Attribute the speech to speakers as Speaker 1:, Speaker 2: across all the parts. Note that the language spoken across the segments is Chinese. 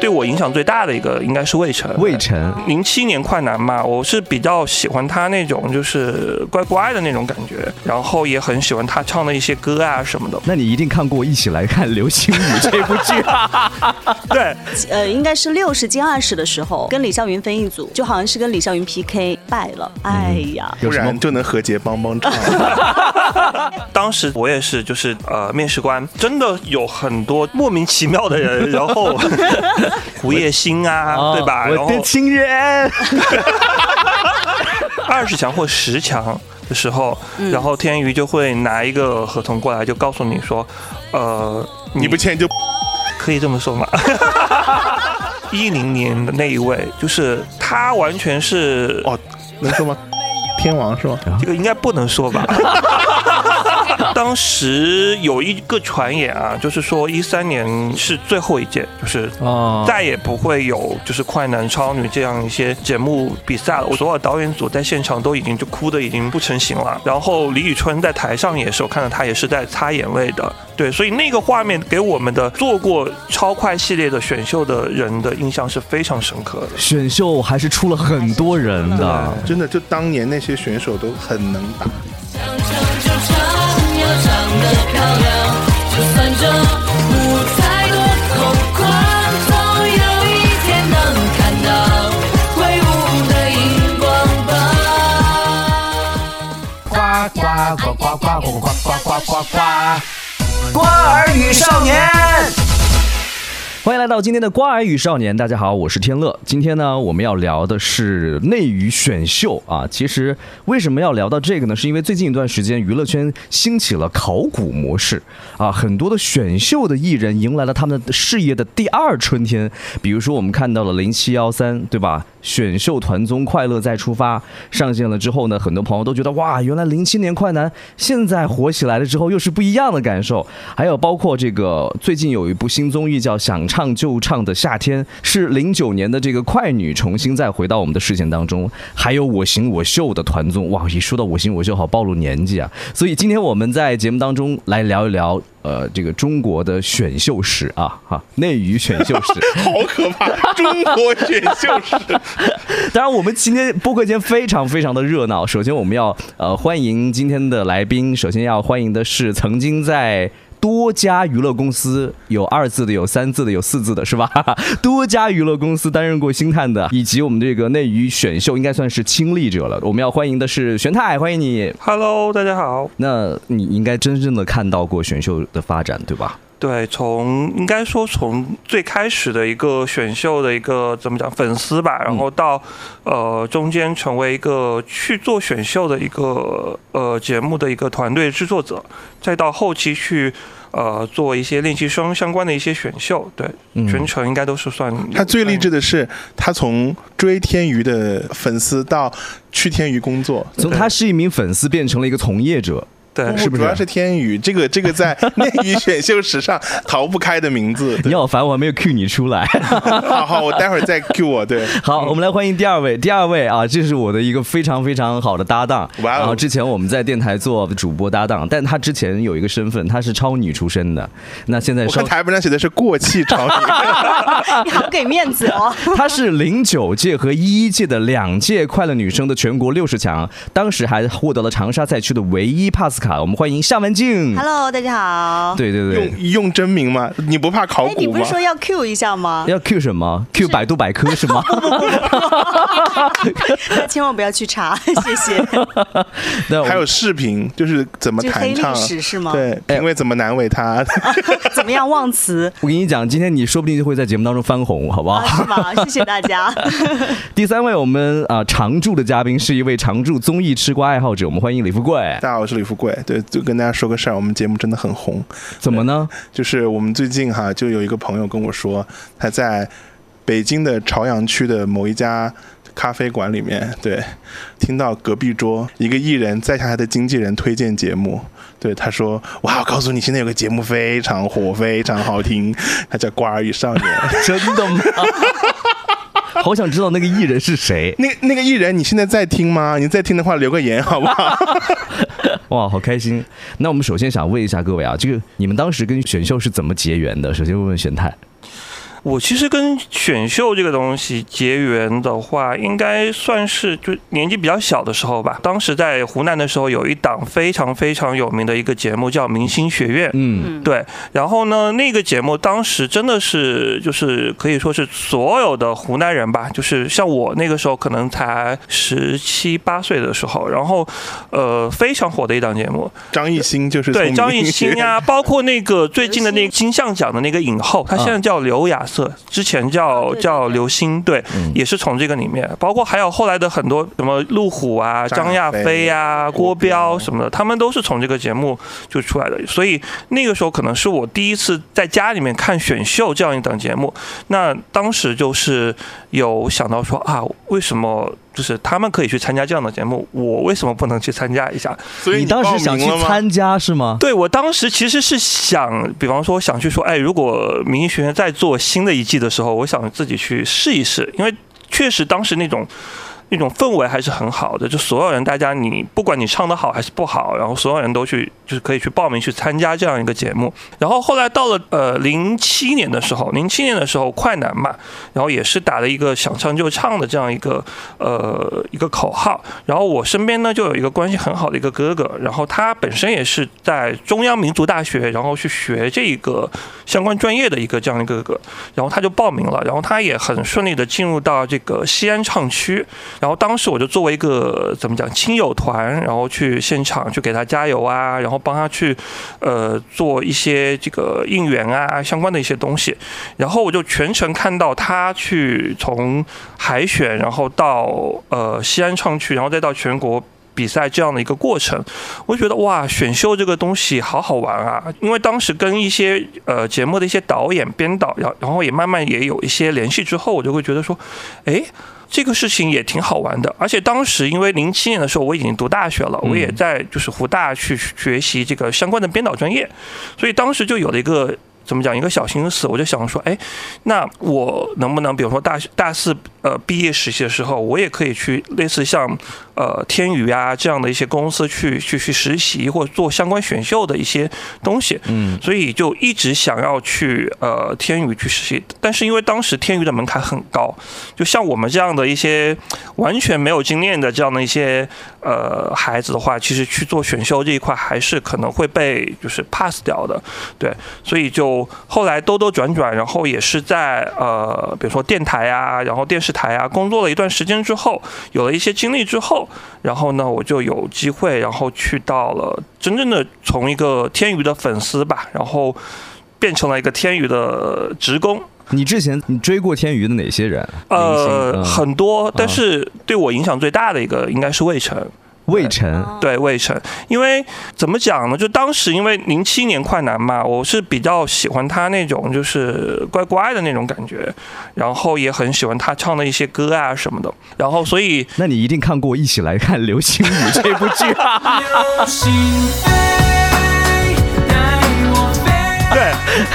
Speaker 1: 对我影响最大的一个应该是魏晨。
Speaker 2: 魏晨，
Speaker 1: 零七年快男嘛，我是比较喜欢他那种就是乖乖的那种感觉，然后也很喜欢他唱的一些歌啊什 么的。
Speaker 2: 那你一定看过《一起来看流星雨》 这部剧，
Speaker 1: 对，
Speaker 3: 呃，应该是六十进二十的时候，跟李霄云分一组，就好像是跟李霄云 PK 败了。哎呀，
Speaker 4: 不
Speaker 2: 有什么
Speaker 4: 然就能和谐帮 帮唱。
Speaker 1: 当时我也是，就是呃，面试官真的有很多莫名其妙的人，然 后胡叶欣啊，对吧？然
Speaker 2: 我
Speaker 1: 后
Speaker 2: 的 情人，
Speaker 1: 二十强或十强的时候，
Speaker 2: 嗯
Speaker 1: 然后天娱就会拿一个合同过来，就告诉你说，呃，
Speaker 4: 你不签就
Speaker 1: 可以这么说吗？ 一零年的那一位，就是他，完全是
Speaker 4: 哦，能说吗？天王是吗？
Speaker 1: 这个应该不能说吧？当时有一个传言啊，就是说一三年是最后一届，就是
Speaker 2: 哦
Speaker 1: 再也不会有就是快男、超女这样一些节目比赛了。我所有导演组在现场都已经就哭的已经不成形了。然后李宇春在台上也是，我看到她也是在擦眼泪的。对，所以那个画面给我们的做过超快系列的选秀的人的印象是非常深刻的。
Speaker 2: 选秀还是出了很多人的。
Speaker 4: 啊真的，就当年那些选手都很能打。
Speaker 5: 想唱就唱，要唱得漂亮，就算这舞台多空旷，总有一天能看到挥舞的荧光棒。
Speaker 2: 欢迎来到今天的瓜儿与少年，大家好，我是天乐。今天呢，我们要聊的是内娱选秀啊。其实为什么要聊到这个呢？是因为最近一段时间娱乐圈兴起了考古模式啊，很多的选秀的艺人迎来了他们的事业的第二春天。比如说我们看到了零七幺三，对吧？选秀团综《快乐再出发》上线了之后呢，很多朋友都觉得哇，原来零七年快男现在火起来了之后又是不一样的感受。还有包括这个最近有一部新综艺叫《想唱就唱的夏天》，是零九年的这个快女重新再回到我们的视线当中。还有我行我秀的团综，哇，一说到我行我秀，好暴露年纪啊。所以今天我们在节目当中来聊一聊。呃，这个中国的选秀史啊，哈、内娱选秀史，
Speaker 4: 好可 怕！中国选秀史，
Speaker 2: 当然，我们今天播客间非常非常的热闹。首先，我们要呃欢迎今天的来宾。首先要欢迎的是曾经在多家娱乐公司有二字的，有三字的，有四字的，是吧？ 多家娱乐公司担任过星探的，以及我们这个内娱选秀应该算是亲历者了。我们要欢迎的是玄泰，欢迎你。
Speaker 1: Hello，大家好。
Speaker 2: 那你应该真正的看到过选秀的发展，对吧？
Speaker 1: 对，从应该说从最开始的一个选秀的一个怎么讲粉丝吧，然后到、呃中间成为一个去做选秀的一个呃节目的一个团队制作者，再到后期去呃做一些练习生相关的一些选秀，对，全程应该都是算
Speaker 4: 他最励志的是，他从追天娱的粉丝到去天娱工 作，
Speaker 2: 从他是一名粉丝变成了一个从业者。
Speaker 1: 对
Speaker 4: 不。主要是天娱这个这个 在内娱选秀史上逃不开的名 字。
Speaker 2: 你
Speaker 4: 对
Speaker 2: 好烦，我还没有 cue 你出来。
Speaker 4: 好好，我待会儿再 cue 我。对，
Speaker 2: 好，我们来欢迎第二位，第二位啊，这是我的一个非常非常好的搭档。
Speaker 4: 哇哦
Speaker 2: 然后之前我们在电台做主播搭档，但他之前有一个身份，他是超女出身的。那现在
Speaker 4: 我
Speaker 2: 稍
Speaker 4: 看台本上写的是过气潮女，
Speaker 3: 你好给面子 哦。
Speaker 2: 她是零九届和一一届的两届快乐女声的全国六十强，当时还获得了长沙赛区的唯一 pass 卡。我们欢迎夏文静。
Speaker 3: Hello，大家 好。
Speaker 2: 对对对，
Speaker 4: 用用真名吗？你不怕考
Speaker 3: 哎，你
Speaker 4: 古
Speaker 3: 不是
Speaker 4: 吗？
Speaker 3: 说要 Q 一下 吗？
Speaker 2: 要 Q 什么？Q 百度百科是 吗？
Speaker 3: 千万不要去 查，谢谢。
Speaker 2: 那我们
Speaker 4: 还有视频，就是怎么
Speaker 3: 就黑
Speaker 4: 弹唱
Speaker 3: 历史是吗
Speaker 4: 对，评委怎么难为他？
Speaker 3: 怎么样，忘 词
Speaker 2: 我跟你讲，今天你说不定就会在节目当中翻红，好不好
Speaker 3: 啊？？是吗？谢谢大家。
Speaker 2: 第三位，我们啊、常驻的嘉宾是一位常驻综艺吃瓜爱好者，我们欢迎李富贵。
Speaker 4: 大家好，我是李富贵。对，就跟大家说个事儿，我们节目真的很红。
Speaker 2: 怎么呢？
Speaker 4: 就是我们最近哈，就有一个朋友跟我说，他在北京的朝阳区的某一家咖啡馆里面，对，听到隔壁桌一个艺人在向他的经纪人推荐节目。对，他说：“哇，我告诉你，现在有个节目非常火，非常好听，它叫《瓜儿与少年》。
Speaker 2: 真 的吗？好想知道那个艺人是谁
Speaker 4: 那那个艺人，你现在在听吗？你在听的话，留个言好不好？
Speaker 2: 哇，好开心！那我们首先想问一下各位啊，这个你们当时跟选秀是怎么结缘的？首先问问玄泰，
Speaker 1: 我其实跟选秀这个东西结缘的话，应该算是就年纪比较小的时候吧。当时在湖南的时候，有一档非常非常有名的一个节目叫《明星学院》。
Speaker 2: 嗯
Speaker 3: 嗯，
Speaker 1: 对，然后呢，那个节目当时真的是就是可以说是所有的湖南人吧，就是像我那个时候可能才十七八岁的时候，然后呃非常火的一档节目，
Speaker 4: 张艺兴就是
Speaker 1: 对
Speaker 4: 从
Speaker 1: 张
Speaker 4: 民
Speaker 1: 艺
Speaker 4: 间
Speaker 1: 兴啊呀，包括那个最近的那个金像奖的那个影后，她现在叫刘亚瑟，之前叫
Speaker 3: 哦对对
Speaker 1: 叫刘星，对，
Speaker 2: 嗯
Speaker 1: 也是从这个里面，包括还有后来的很多什么陆虎啊、
Speaker 4: 张
Speaker 1: 张亚
Speaker 4: 亚
Speaker 1: 飞呀、
Speaker 4: 郭
Speaker 1: 郭
Speaker 4: 彪
Speaker 1: 彪什么的，他们都是从这个节目就出来的，所以那个时候可能是我第一次在家里面看选秀这样一档节目，那当时就是有想到说啊，为什么？就是他们可以去参加这样的节目，我为什么不能去参加一下？
Speaker 4: 所以
Speaker 2: 你当
Speaker 4: 报
Speaker 2: 时
Speaker 4: 名
Speaker 2: 想去
Speaker 4: 了吗
Speaker 2: 参加是吗？
Speaker 1: 对我当时其实是想，比方说想去说，哎，如果明星学院再做新的一季的时候，我想自己去试一试，因为确实当时那种。那种氛围还是很好的，就所有人，大家你不管你唱的好还是不好，然后所有人都去就是可以去报名去参加这样一个节目。然后后来到了呃零七年的时候，零七年的时候快男嘛，然后也是打了一个想唱就唱的这样一个呃一个口号。然后我身边呢就有一个关系很好的一个哥哥，然后他本身也是在中央民族大学，然后去学这个相关专业的一个这样一个哥哥，然后他就报名了，然后他也很顺利的进入到这个西安唱区，然后当时我就作为一个呃怎么讲亲友团，然后去现场去给他加油啊，然后帮他去呃做一些这个应援啊相关的一些东西，然后我就全程看到他去从海选，然后到呃西安唱区，然后再到全国。比赛这样的一个过程，我就觉得哇，选秀这个东西好好玩啊！因为当时跟一些呃节目的一些导演、编导，然后然后也慢慢也有一些联系之后，我就会觉得说，诶，这个事情也挺好玩的。而且当时因为零七年的时候我已经读大学了，我也在就是湖大去学习这个相关的编导专业，所以当时就有了一个怎么讲一个小心思，我就想说，哎，那我能不能比如说大学大四呃毕业实习的时候，我也可以去类似像呃天宇啊这样的一些公司去去去实习或者做相关选秀的一些东西，
Speaker 2: 嗯，
Speaker 1: 所以就一直想要去呃天娱去实习，但是因为当时天娱的门槛很高，就像我们这样的一些完全没有经验的这样的一些呃孩子的话，其实去做选秀这一块还是可能会被就是 pass 掉的，对，所以就后来兜兜转转，然后也是在呃比如说电台啊，然后电视台啊工作了一段时间之后，有了一些经历之后，然后呢，我就有机会，然后去到了真正的从一个天娱的粉丝吧，然后变成了一个天娱的职工。
Speaker 2: 你之前你追过天娱的哪些人？
Speaker 1: 呃，
Speaker 2: 明星嗯
Speaker 1: 很多，但是对我影响最大的一个应该是魏晨。
Speaker 2: 魏晨，
Speaker 4: 哦
Speaker 1: 对魏晨，因为怎么讲呢？就当时因为零七年快男嘛，我是比较喜欢他那种就是乖乖的那种感觉，然后也很喜欢他唱的一些歌啊什么的，然后所以
Speaker 2: 那你一定看过《一起来看流星雨》这部剧啊？
Speaker 5: 流星飞，带我飞。
Speaker 1: 对，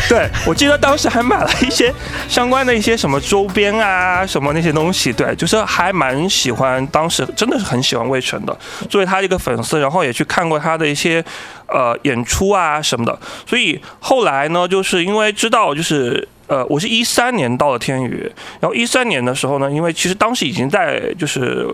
Speaker 1: 对，我记得当时还买了一些相关的一些什么周边啊，什么那些东西，对，就是还蛮喜欢，当时真的是很喜欢魏晨的，作为他一个粉丝，然后也去看过他的一些呃演出啊什么的，所以后来呢，就是因为知道就是。呃，我是一三年到了天娱，然后一三年的时候呢，因为其实当时已经在就是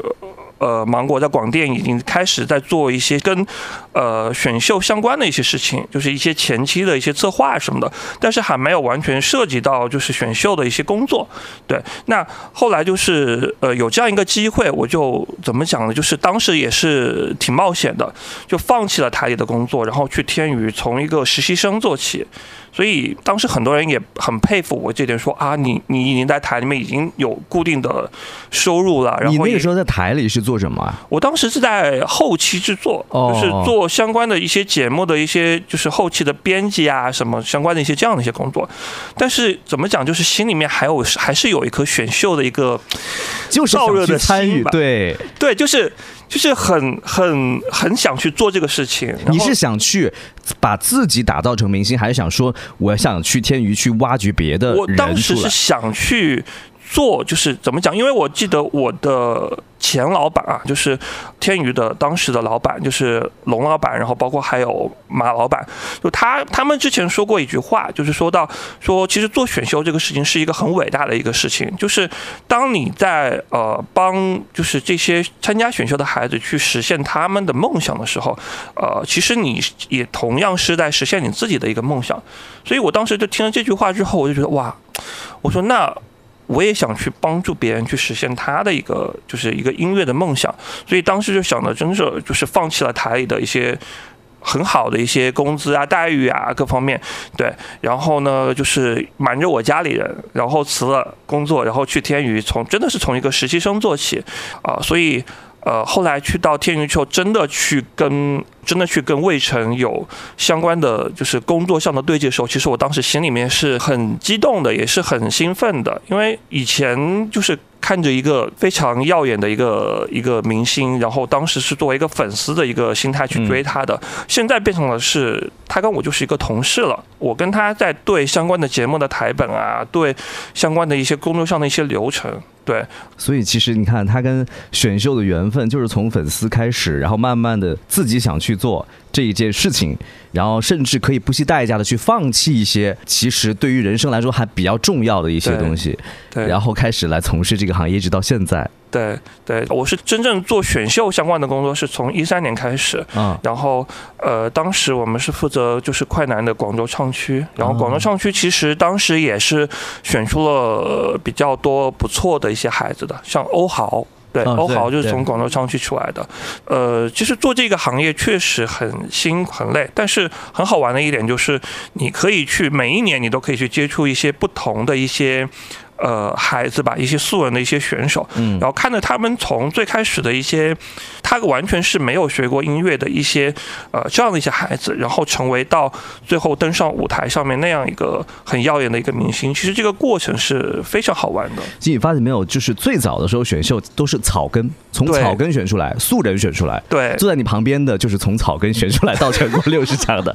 Speaker 1: 呃，芒果在广电已经开始在做一些跟呃选秀相关的一些事情，就是一些前期的一些策划什么的，但是还没有完全涉及到就是选秀的一些工作。对，那后来就是呃有这样一个机会，我就怎么讲呢？就是当时也是挺冒险的，就放弃了台里的工作，然后去天娱从一个实习生做起。所以当时很多人也很佩服我这点说，啊，你你已经在台里面已经有固定的收入了， 然
Speaker 2: 你
Speaker 1: 后
Speaker 2: 那
Speaker 1: 也
Speaker 2: 个时候在台里是做什么啊？
Speaker 1: 我当时是在后期制作，
Speaker 2: 哦
Speaker 1: 就是做相关的一些节目的一些，就是后期的编辑啊，什么相关的一些这样的一些工作。但是怎么讲，就是心里面还有还是有一颗选秀的一个，
Speaker 2: 就是想
Speaker 1: 燥热
Speaker 2: 去
Speaker 1: 的
Speaker 2: 参
Speaker 1: 心
Speaker 2: 与，
Speaker 1: 吧
Speaker 2: 对，
Speaker 1: 对，就是就是很很很想去做这个事情。然后
Speaker 2: 你是想去把自己打造成明星，还是想说我想去天娱去挖掘别的
Speaker 1: 我
Speaker 2: 人
Speaker 1: 当时
Speaker 2: 出
Speaker 1: 是
Speaker 2: 来？
Speaker 1: 想去。做就是怎么讲？因为我记得我的前老板啊，就是天娱的当时的老板，就是龙老板，然后包括还有马老板，就他他们之前说过一句话，就是说到说其实做选秀这个事情是一个很伟大的一个事情，就是当你在呃帮就是这些参加选秀的孩子去实现他们的梦想的时候，呃，其实你也同样是在实现你自己的一个梦想。所以我当时就听了这句话之后，我就觉得哇，我说那。我也想去帮助别人去实现他的一个就是一个音乐的梦想，所以当时就想的真是就是放弃了台里的一些很好的一些工资啊、待遇啊各方面，对，然后呢就是瞒着我家里人，然后辞了工作，然后去天娱，从真的是从一个实习生做起啊、所以呃后来去到天娱之后，真的去跟真的去跟魏晨有相关的就是工作上的对接的时候，其实我当时心里面是很激动的，也是很兴奋的，因为以前就是看着一个非常耀眼的一个一个明星，然后当时是作为一个粉丝的一个心态去追他的，现在变成了是他跟我就是一个同事了，我跟他在对相关的节目的台本啊，对相关的一些工作上的一些流程，对，
Speaker 2: 所以其实你看，他跟选秀的缘分就是从粉丝开始，然后慢慢的自己想去做这一件事情，然后甚至可以不惜代价的去放弃一些其实对于人生来说还比较重要的一些
Speaker 1: 对
Speaker 2: 东西，
Speaker 1: 对，
Speaker 2: 然后开始来从事这个行业，一直到现在。
Speaker 1: 对对，我是真正做选秀相关的工作是从一三年开始，
Speaker 2: 啊，
Speaker 1: 然后呃，当时我们是负责就是快男的广州唱区，然后广州唱区其实当时也是选出了呃比较多不错的一些孩子的，像欧豪。对，
Speaker 2: 啊
Speaker 1: 欧
Speaker 2: 对
Speaker 1: 豪就是
Speaker 2: 对
Speaker 1: 从广州唱区出来的。呃，其实做这个行业确实很辛很累，但是很好玩的一点就是，你可以去每一年你都可以去接触一些不同的一些呃孩子吧，一些素人的一些选手。
Speaker 2: 嗯
Speaker 1: 然，后看着他们从最开始的一些，他完全是没有学过音乐的一些呃这样的一些孩子，然后成为到最后登上舞台上面那样一个很耀眼的一个明星，其实这个过程是非常好玩的。
Speaker 2: 其实你发现没有，就是最早的时候选秀都是草根，从
Speaker 1: 对
Speaker 2: 草根选出来，素人选出来。
Speaker 1: 对，
Speaker 2: 坐在你旁边的就是从草根选出来到全国 六十强的，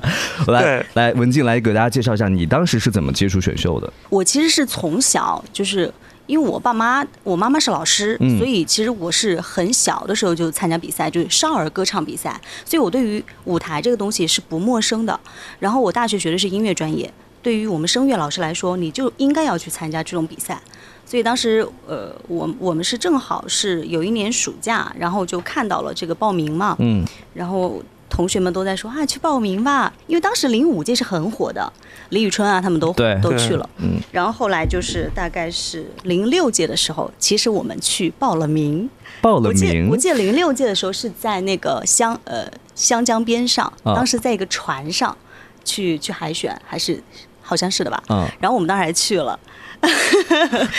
Speaker 2: 来
Speaker 1: 对
Speaker 2: 来，文静来给大家介绍一下，你当时是怎么接触选秀的？
Speaker 3: 我其实是从小就是。因为我爸妈，我妈妈是老师，
Speaker 2: 嗯
Speaker 3: 所以其实我是很小的时候就参加比赛，就是少儿歌唱比赛，所以我对于舞台这个东西是不陌生的。然后我大学学的是音乐专业，对于我们声乐老师来说，你就应该要去参加这种比赛。所以当时，呃，我我们是正好是有一年暑假，然后就看到了这个报名嘛，
Speaker 2: 嗯，
Speaker 3: 然后同学们都在说啊，去报名吧，因为当时零五届是很火的，李宇春啊他们都
Speaker 2: 对
Speaker 3: 都
Speaker 1: 对
Speaker 3: 去了。
Speaker 2: 嗯，
Speaker 3: 然后后来就是大概是零六届的时候，其实我们去报了名。
Speaker 2: 报了
Speaker 3: 我记
Speaker 2: 名
Speaker 3: 我记得零六届的时候是在那个湘呃湘江边上，
Speaker 2: 啊
Speaker 3: 当时在一个船上去去海选，还是好像是的吧。
Speaker 2: 啊，
Speaker 3: 然后我们当时还去了，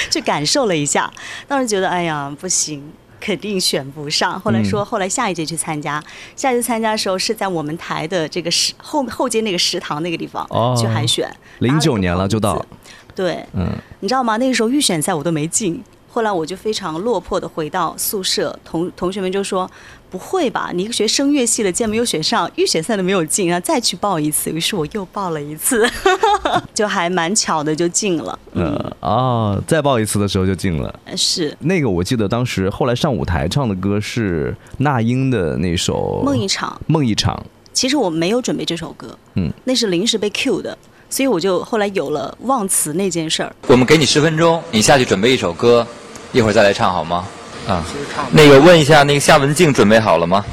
Speaker 3: 去感受了一下，当时觉得哎呀不行。肯定选不上。后来说，后来下一届去参加，下一届参加的时候是在我们台的这个食后后街那个食堂那个地方、
Speaker 2: 哦
Speaker 3: 去海选，
Speaker 2: 零九年了就
Speaker 3: 拿了
Speaker 2: 到
Speaker 3: 个，对，
Speaker 2: 嗯，
Speaker 3: 你知道吗？那个时候预选赛我都没进，后来我就非常落魄的回到宿舍，同同学们就说：“不会吧，你一个学声乐系的，竟然没有选上，预选赛都没有进，然后再去报一次。”于是我又报了一次， 就还蛮巧的就进了。嗯
Speaker 2: 呃，哦，再报一次的时候就进了。
Speaker 3: 是
Speaker 2: 那个我记得当时后来上舞台唱的歌是那英的那首
Speaker 3: 梦一场，
Speaker 2: 梦一场，
Speaker 3: 其实我没有准备这首歌，
Speaker 2: 嗯，
Speaker 3: 那是临时被 Q 的，所以我就后来有了忘词那件事儿。
Speaker 6: 我们给你十分钟，你下去准备一首歌，一会儿再来唱好吗？啊，那个问一下，那个夏文静准备好了吗？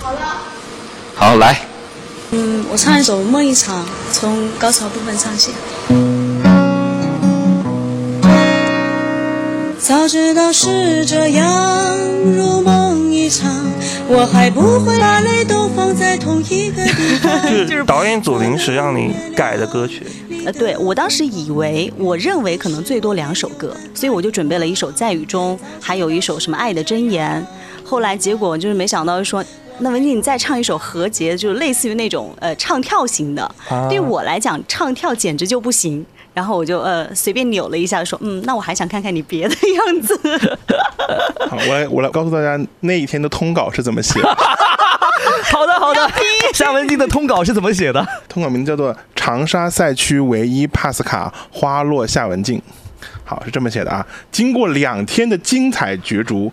Speaker 6: 好了。好，来。
Speaker 7: 嗯，我唱一首《梦一场》，从高潮部分唱起。早知道是这样，如梦一场，我还不会把泪都放在同一个地方。
Speaker 1: 就是导演组临时让你改的歌曲，
Speaker 3: 呃，对我当时以为，我认为可能最多两首歌，所以我就准备了一首《在雨中》，还有一首什么《爱的箴言》。后来结果就是没想到说，那文静你再唱一首和谐，就是类似于那种呃唱跳型的。
Speaker 1: 啊
Speaker 3: 对我来讲，唱跳简直就不行。然后我就呃随便扭了一下，说嗯，那我还想看看你别的样子。
Speaker 4: 好，我来我来告诉大家那一天的通稿是怎么写的。
Speaker 2: 好的好的，夏文静的通稿是怎么 写的？
Speaker 4: 通稿名叫做《长沙赛区唯一帕斯卡花落夏文静》。好，是这么写的啊。经过两天的精彩角逐，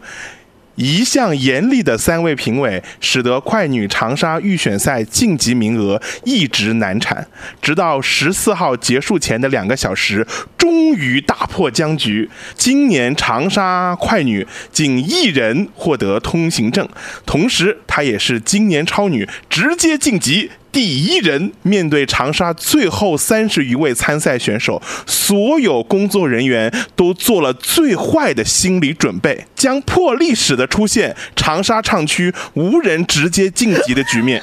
Speaker 4: 一向严厉的三位评委使得快女长沙预选赛晋级名额一直难产，直到十四号结束前的两个小时，终于打破僵局。今年长沙快女仅一人获得通行证，同时她也是今年超女直接晋级第一人面对长沙最后三十余位参赛选手，所有工作人员都做了最坏的心理准备，将破历史的出现长沙唱区无人直接晋级的局面。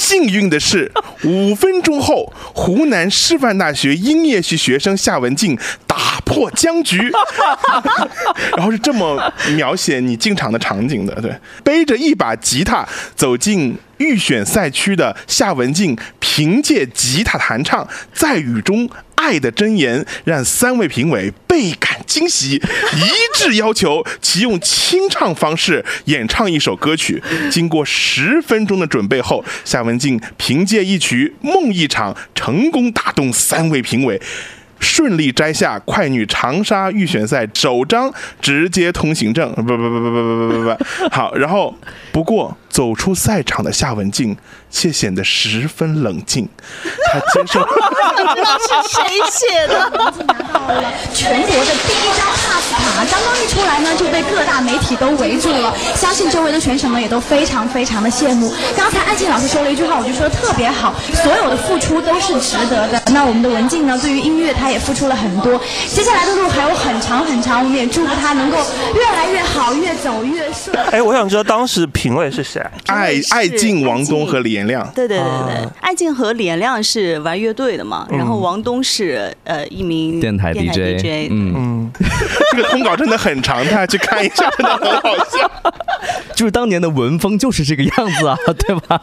Speaker 4: 幸运的是，五分钟后，湖南师范大学音乐系学生夏文静打破僵局， 然后是这么描写你进场的场景的，对，背着一把吉他走进。预选赛区的夏文静凭借吉他弹唱，在雨中爱的箴言，让三位评委倍感惊喜，一致要求其用清唱方式演唱一首歌曲。经过十分钟的准备后，夏文静凭借一曲《梦一场》成功打动三位评委。顺利摘下快女长沙预选赛首张直接通行证，不不不不不不不不不，好，然后不过走出赛场的夏文静却显得十分冷静，她接受。
Speaker 8: 是谁写的？拿到了全国的第一张帕斯卡，刚刚一出来呢，就被各大媒体都围住了。相信周围的选手们也都非常非常的羡慕。刚才安静老师说了一句话，我就说的特别好，所有的付出都是值得的。那我们的文静呢，对于音乐她也付出了很多，接下来的路还有很长很长，我们也祝福她能够越来越好，越走越顺。
Speaker 1: 哎，我想知道当时评委是谁啊？
Speaker 4: 爱
Speaker 3: 真的是
Speaker 4: 爱敬王东和李延亮，
Speaker 3: 对对对对，
Speaker 2: 啊
Speaker 3: 对，艾敬和李延亮是玩乐队的嘛，然后王东是呃一名
Speaker 2: 嗯电台 DJ，
Speaker 3: DJ，
Speaker 2: 嗯，
Speaker 4: 这个通稿真的很长，大家去看一下，真的很好笑。
Speaker 2: 就是当年的文风就是这个样 子啊，对吧？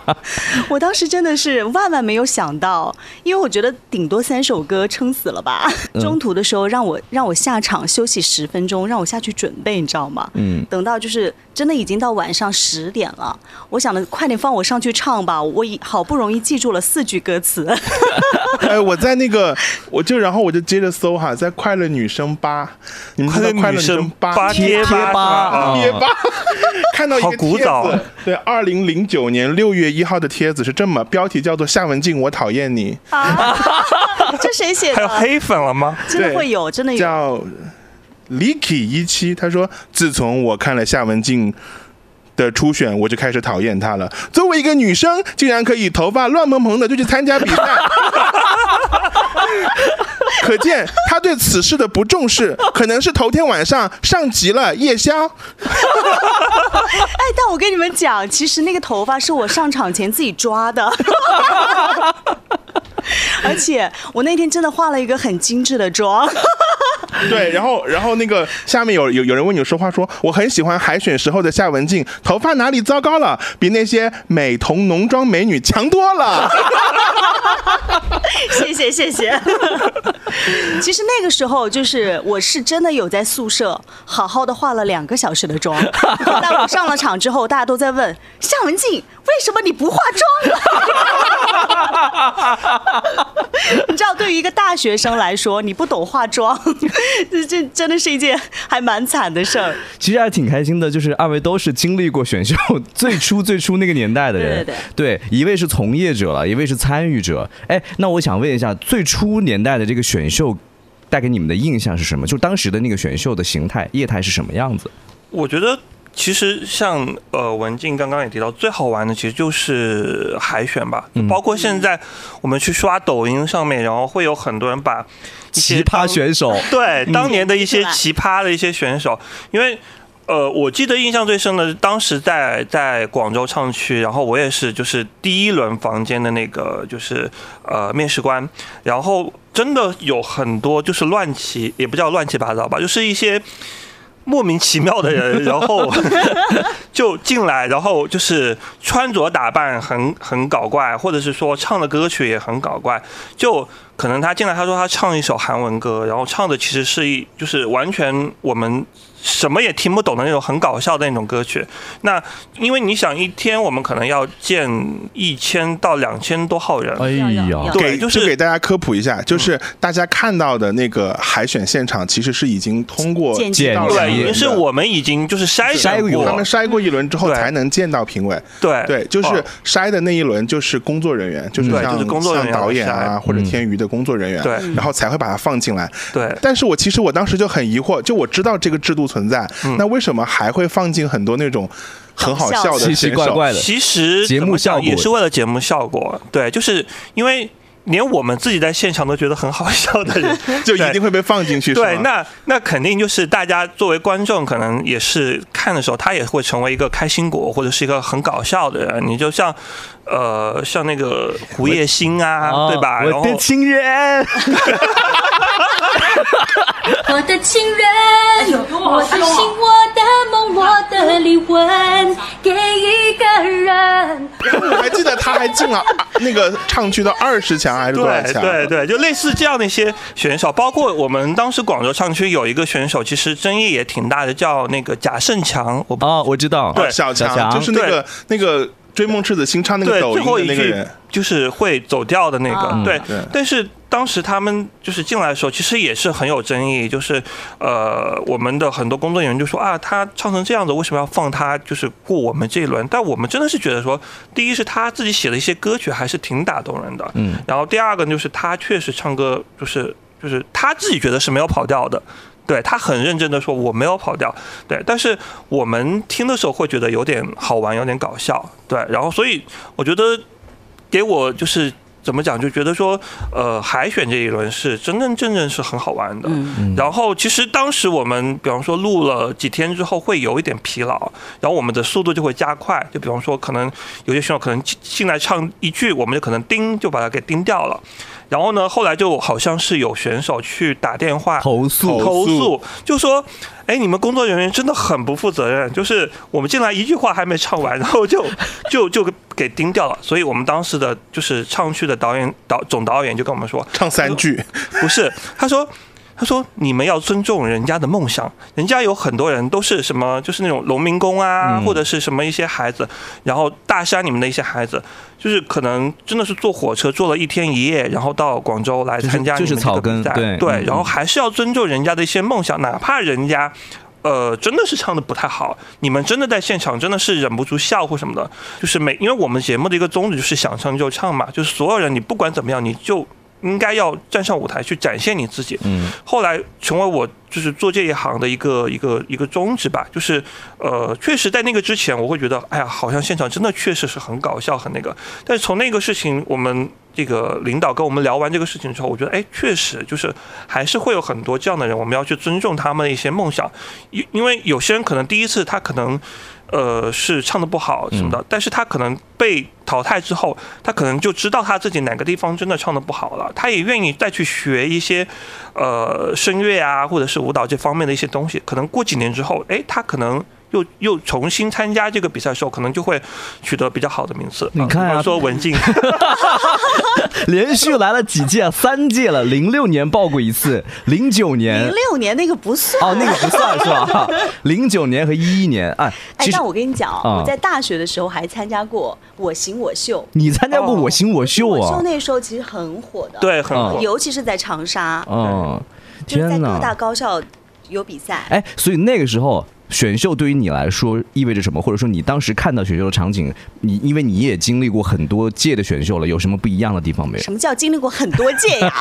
Speaker 3: 我当时真的是万万没有想到，因为我觉得顶多三首歌撑死了吧。
Speaker 2: 嗯
Speaker 3: 中途的时候让我让我下场休息十分钟，让我下去准备，你知道吗？
Speaker 2: 嗯
Speaker 3: 等到就是真的已经到晚上十点了，我想的快点放我上去唱吧，我已好不容易记住了四句歌词，
Speaker 4: 哎，我在那个，我就然后我就接着搜哈，在快乐女生吧，你们看到快乐
Speaker 1: 女
Speaker 4: 女
Speaker 1: 生
Speaker 4: 生吧
Speaker 1: 八贴
Speaker 2: 贴吧
Speaker 1: 吧
Speaker 2: 啊
Speaker 4: 贴 吧，看到一
Speaker 1: 好
Speaker 4: 个
Speaker 1: 古
Speaker 4: 帖
Speaker 1: 早啊
Speaker 4: 子，对，二零零九年六月一号的帖子是这么，标题叫做“夏文静，我讨厌你
Speaker 3: 这谁写
Speaker 1: 还有
Speaker 2: 哎
Speaker 3: 的？
Speaker 1: 黑粉了吗？
Speaker 3: 真的
Speaker 4: 对
Speaker 3: 会有，真”，的有。
Speaker 4: 叫 Licky 一七，他说：“自从我看了夏文静。”的初选，我就开始讨厌她了。作为一个女生，竟然可以头发乱蓬蓬的就去参加比赛， 可见她对此事的不重视，可能是头天晚上上急了夜宵。
Speaker 3: 哎，但我跟你们讲，其实那个头发是我上场前自己抓的。而且我那天真的化了一个很精致的妆，
Speaker 4: 对，然后然后那个下面有有有人问你说话说，我很喜欢海选时候的夏文静，头发哪里糟糕了，比那些美瞳浓妆美女强多了。
Speaker 3: 谢谢谢谢。其实那个时候就是我是真的有在宿舍好好的化了两个小时的 妆，但我上了场之后，大家都在问夏文静为什么你不化妆了？ 你知道，对于一个大学生来说，你不懂化妆， 这这真的是一件还蛮惨的事儿。
Speaker 2: 其实还挺开心的，就是二位都是经历过选秀最初最初那个年代的人，
Speaker 3: 对
Speaker 2: 一位是从业者了，一位是参与者。哎，那我想问一下，最初年代的这个选秀。带给你们的印象是什么？就当时的那个选秀的形态、业态是什么样子？
Speaker 1: 我觉得其实像呃文静刚刚也提到，最好玩的其实就是海选吧，
Speaker 2: 嗯
Speaker 1: 包括现在我们去刷抖音上面，然后会有很多人把一些
Speaker 2: 奇葩
Speaker 1: 当
Speaker 2: 选手，
Speaker 1: 对当年的一些
Speaker 3: 嗯
Speaker 1: 奇葩的一些选手，因为。呃，我记得印象最深的是当时在在广州唱区，然后我也是就是第一轮房间的那个就是呃面试官，然后真的有很多就是乱七也不叫乱七八糟吧，就是一些莫名其妙的人，然后 就进来，然后就是穿着打扮很很搞怪，或者是说唱的歌曲也很搞怪，就可能他进来，他说他唱一首韩文歌，然后唱的其实是一就是完全我们什么也听不懂的那种很搞笑的那种歌曲。那因为你想一天我们可能要见一千到两千多号人，
Speaker 2: 哎
Speaker 3: 要要
Speaker 2: 呀
Speaker 3: 要，
Speaker 1: 对
Speaker 4: 给
Speaker 1: 就是嗯
Speaker 4: 给大家科普一下，就是大家看到的那个海选现场，其实是已经通过
Speaker 3: 剪
Speaker 2: 辑
Speaker 4: 到
Speaker 2: 的
Speaker 4: 两
Speaker 1: 对，已经
Speaker 4: 轮
Speaker 1: 是
Speaker 4: 的
Speaker 1: 我们已经就是筛选
Speaker 2: 筛过
Speaker 4: 他
Speaker 1: 过
Speaker 4: 们，筛过一轮之后
Speaker 1: 对
Speaker 4: 才能见到评委。
Speaker 1: 对
Speaker 4: 对，就是
Speaker 1: 哦
Speaker 4: 筛的那一轮就是工作人员，就是
Speaker 1: 对
Speaker 4: 像
Speaker 1: 就是工作人
Speaker 4: 像
Speaker 1: 员
Speaker 4: 导演啊
Speaker 1: 来
Speaker 2: 嗯
Speaker 4: 或者天娱的工作人员，
Speaker 1: 对
Speaker 4: 然后才会把它放进来。
Speaker 1: 对
Speaker 4: 但是我其实我当时就很疑惑，就我知道这个制度存在，
Speaker 1: 嗯
Speaker 4: 那为什么还会放进很多那种很好笑的
Speaker 2: 奇奇
Speaker 4: 选
Speaker 2: 怪
Speaker 4: 手？，
Speaker 2: 怪的，
Speaker 1: 其实
Speaker 2: 节目
Speaker 1: 怎么讲
Speaker 2: 效果
Speaker 1: 也是为了节目效果，对，就是因为连我们自己在现场都觉得很好笑的人
Speaker 4: 就一定会被放进去，
Speaker 1: 对。
Speaker 4: 是
Speaker 1: 对，
Speaker 4: 吗
Speaker 1: 那那肯定就是大家作为观众，可能也是看的时候，他也会成为一个开心果，或者是一个很搞笑的人。你就像，呃，像那个胡彦欣啊，
Speaker 2: 啊
Speaker 1: 对吧？然后
Speaker 2: 我的情人，
Speaker 5: 我的情人，我的心，我的梦，我的灵魂，给一个人。
Speaker 4: 我还记得他还进了啊那个唱区的二十强还是多少啊
Speaker 1: 对
Speaker 4: 强？
Speaker 1: 对对，就类似这样的一些选手，包括我们当时广州唱区有一个选手，其实争议也挺大的，叫那个贾胜强，我不
Speaker 2: 啊，我知道，
Speaker 1: 对
Speaker 4: 哦小
Speaker 2: 强
Speaker 4: 强就是那个那个追梦赤子心唱那个
Speaker 1: 对，
Speaker 4: 抖
Speaker 1: 最后
Speaker 4: 音
Speaker 1: 一
Speaker 4: 的那个
Speaker 1: 句
Speaker 4: 人，
Speaker 1: 就是会走掉的那个，
Speaker 3: 啊
Speaker 1: 对
Speaker 4: 对。
Speaker 1: 但是当时他们就是进来的时候，其实也是很有争议，就是呃，我们的很多工作人员就说啊，他唱成这样子，为什么要放他就是过我们这一轮？但我们真的是觉得说，第一是他自己写的一些歌曲还是挺打动人的，
Speaker 2: 嗯，
Speaker 1: 然后第二个就是他确实唱歌就是就是他自己觉得是没有跑调的。对他很认真的说我没有跑调，对，但是我们听的时候会觉得有点好玩，有点搞笑，对，然后所以我觉得给我就是怎么讲，就觉得说，呃，海选这一轮是真真正正是很好玩的。
Speaker 3: 嗯
Speaker 1: 然后其实当时我们，比方说录了几天之后，会有一点疲劳，然后我们的速度就会加快。就比方说，可能有些选手可能进进来唱一句，我们就可能叮就把它给叮掉了。然后呢，后来就好像是有选手去打电话
Speaker 2: 投诉
Speaker 1: 投
Speaker 4: 投
Speaker 1: 诉
Speaker 4: 诉，
Speaker 1: 就说。哎，你们工作人员真的很不负责任，就是我们进来一句话还没唱完，然后就就就给盯掉了。所以我们当时的就是唱区的导演导总导演就跟我们说，
Speaker 4: 唱三 句，
Speaker 1: 不是，他说。他说：“你们要尊重人家的梦想，人家有很多人都是什么，就是那种农民工
Speaker 2: 嗯
Speaker 1: 啊，或者是什么一些孩子，然后大山你们的一些孩子，就是可能真的是坐火车坐了一天一夜，然后到广州来参加
Speaker 2: 就
Speaker 1: 你
Speaker 2: 是
Speaker 1: 们这个比赛，
Speaker 2: 就是草根对嗯
Speaker 1: 对，然后还是要尊重人家的一些梦想，哪怕人家。”呃，真的是唱的不太好，你们真的在现场真的是忍不住笑或什么的，就是每因为我们节目的一个宗旨就是想唱就唱嘛，就是所有人你不管怎么样，你就应该要站上舞台去展现你自己。
Speaker 2: 嗯，
Speaker 1: 后来成为我就是做这一行的一个一个一个宗旨吧，就是呃，确实在那个之前，我会觉得，哎呀，好像现场真的确实是很搞笑，很那个。但是从那个事情，我们这个领导跟我们聊完这个事情之后，我觉得，哎，确实就是还是会有很多这样的人，我们要去尊重他们的一些梦想，因因为有些人可能第一次他可能。呃，是唱的不好什么
Speaker 2: 嗯
Speaker 1: 的，但是他可能被淘汰之后，他可能就知道他自己哪个地方真的唱的不好了，他也愿意再去学一些，呃，声乐啊，或者是舞蹈这方面的一些东西。可能过几年之后，哎，他可能又又重新参加这个比赛的时候，可能就会取得比较好的名次。
Speaker 2: 你看啊
Speaker 1: 比方说文 静，
Speaker 2: 连续来了几届啊，三届了，零六年报过一次，零九年
Speaker 3: 零。六年那个不算。
Speaker 2: 哦，那个不算是吧？零九年和一一年，哎，其，
Speaker 3: 哎
Speaker 2: 实
Speaker 3: 但我跟你讲啊，
Speaker 2: 啊
Speaker 3: 我在大学的时候还参加过《我行我秀》，
Speaker 2: 你参加过《
Speaker 1: 哦
Speaker 2: 我行我秀》
Speaker 3: 我秀
Speaker 2: 啊？
Speaker 3: 那时候其实很火的，，
Speaker 1: 对，很火。
Speaker 3: 尤其是在长沙，
Speaker 2: 嗯，
Speaker 3: 就
Speaker 2: 哦
Speaker 3: 是在
Speaker 2: 天
Speaker 3: 各
Speaker 2: 哪！
Speaker 3: 大高校有比赛。
Speaker 2: 哎，所以那个时候选秀对于你来说意味着什么？或者说你当时看到选秀的场景，你因为你也经历过很多届的选秀了，有什么不一样的地方没有？
Speaker 3: 什么叫经历过很多届呀？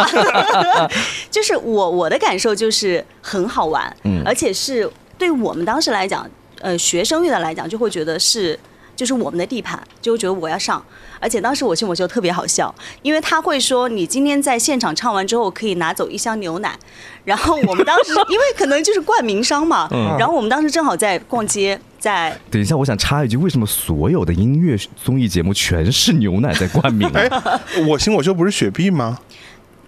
Speaker 3: 就是我我的感受就是很好玩，
Speaker 2: 嗯
Speaker 3: 而且是对我们当时来讲，呃，学生乐的来讲，就会觉得是就是我们的地盘，就会觉得我要上。而且当时我去我秀特别好笑，因为他会说你今天在现场唱完之后可以拿走一箱牛奶，然后我们当 时因为可能就是冠名商嘛，
Speaker 2: 嗯
Speaker 3: 然后我们当时正好在逛街，在
Speaker 2: 等一下，我想插一句，为什么所有的音乐综艺节目全是牛奶 在冠名、啊？
Speaker 4: 哎，我行我秀不是雪碧吗？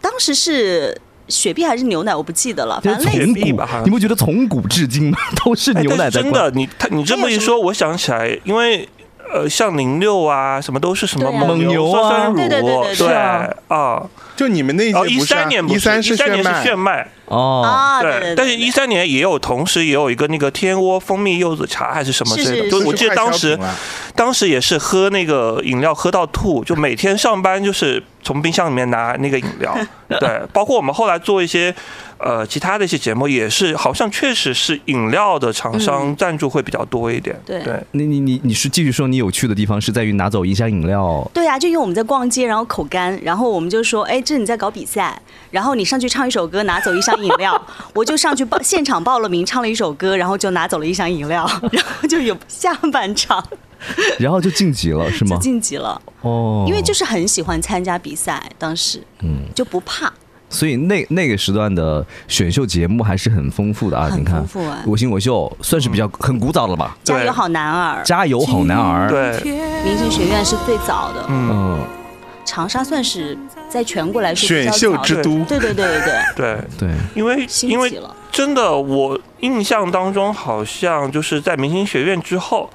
Speaker 3: 当时是雪碧还是牛奶我不记得了，
Speaker 2: 这
Speaker 3: 反
Speaker 2: 是
Speaker 3: 正类似
Speaker 2: 从
Speaker 1: 类似吧好
Speaker 2: 古，
Speaker 1: 像
Speaker 2: 你不觉得从古至今吗都是
Speaker 1: 哎
Speaker 2: 牛奶
Speaker 1: 但是
Speaker 2: 在
Speaker 1: 真
Speaker 2: 灌？
Speaker 3: 哎
Speaker 1: 的，你他你这么一说，我想起来，因为呃，像零六啊，什么都是什么
Speaker 3: 对啊
Speaker 1: 蒙牛、
Speaker 2: 蒙牛啊
Speaker 1: 酸酸乳，
Speaker 3: 对对对对对
Speaker 1: 对
Speaker 2: 啊
Speaker 1: 啊，
Speaker 4: 就你们那一
Speaker 1: 哦，
Speaker 4: 届
Speaker 1: 一
Speaker 4: 不是啊、
Speaker 1: 三年不
Speaker 4: 一三
Speaker 1: 一三
Speaker 4: 炫
Speaker 1: 年是
Speaker 4: 迈
Speaker 1: 炫，迈，
Speaker 2: 哦，
Speaker 3: 啊，对
Speaker 1: 对，
Speaker 3: 对，
Speaker 1: 但是一三年也有，同时也有一个那个天窝蜂蜜柚子茶还是什么
Speaker 3: 是
Speaker 1: 之类的，
Speaker 3: 是
Speaker 1: 就是我记得当
Speaker 4: 就是
Speaker 1: 时
Speaker 4: 快消品啊了
Speaker 1: 当时也是喝那个饮料喝到吐，就每天上班就是从冰箱里面拿那个饮料，对，包括我们后来做一些呃其他的一些节目，也是好像确实是饮料的厂商赞助会比较多一点，
Speaker 3: 对
Speaker 1: 对。
Speaker 2: 你你你你是继续说你有趣的地方是在于拿走一箱饮料，
Speaker 3: 对呀、啊就因为我们在逛街，然后口干，然后我们就说，哎，这你在搞比赛，然后你上去唱一首歌，拿走一箱饮 料，我就上去报现场报了名，唱了一首歌，然后就拿走了一箱饮 料，然后就有下半场
Speaker 2: 然后就晋级了是
Speaker 3: 就
Speaker 2: 吗？
Speaker 3: 晋级了，
Speaker 2: 哦，
Speaker 3: 因为就是很喜欢参加比赛，当时嗯就不怕，
Speaker 2: 所以那那个时段的选秀节目还是很丰富的啊，
Speaker 3: 很
Speaker 2: 你看
Speaker 3: 丰富嗯哎
Speaker 2: 我行我秀算是比较很古早了吧？
Speaker 3: 加油
Speaker 1: 对
Speaker 3: 好男儿，
Speaker 2: 加油好男儿，，
Speaker 1: 对，
Speaker 3: 明星学院是最早的，
Speaker 2: 嗯，
Speaker 3: 长沙算是在全国来说比
Speaker 4: 选
Speaker 3: 较
Speaker 4: 秀
Speaker 3: 早
Speaker 4: 之
Speaker 3: 的
Speaker 4: 都，
Speaker 3: 对对对对对，
Speaker 1: 对，
Speaker 2: 对，
Speaker 1: 因为
Speaker 3: 兴
Speaker 1: 因为
Speaker 3: 起了
Speaker 1: 真的，我印象当中好像就是在明星学院之后，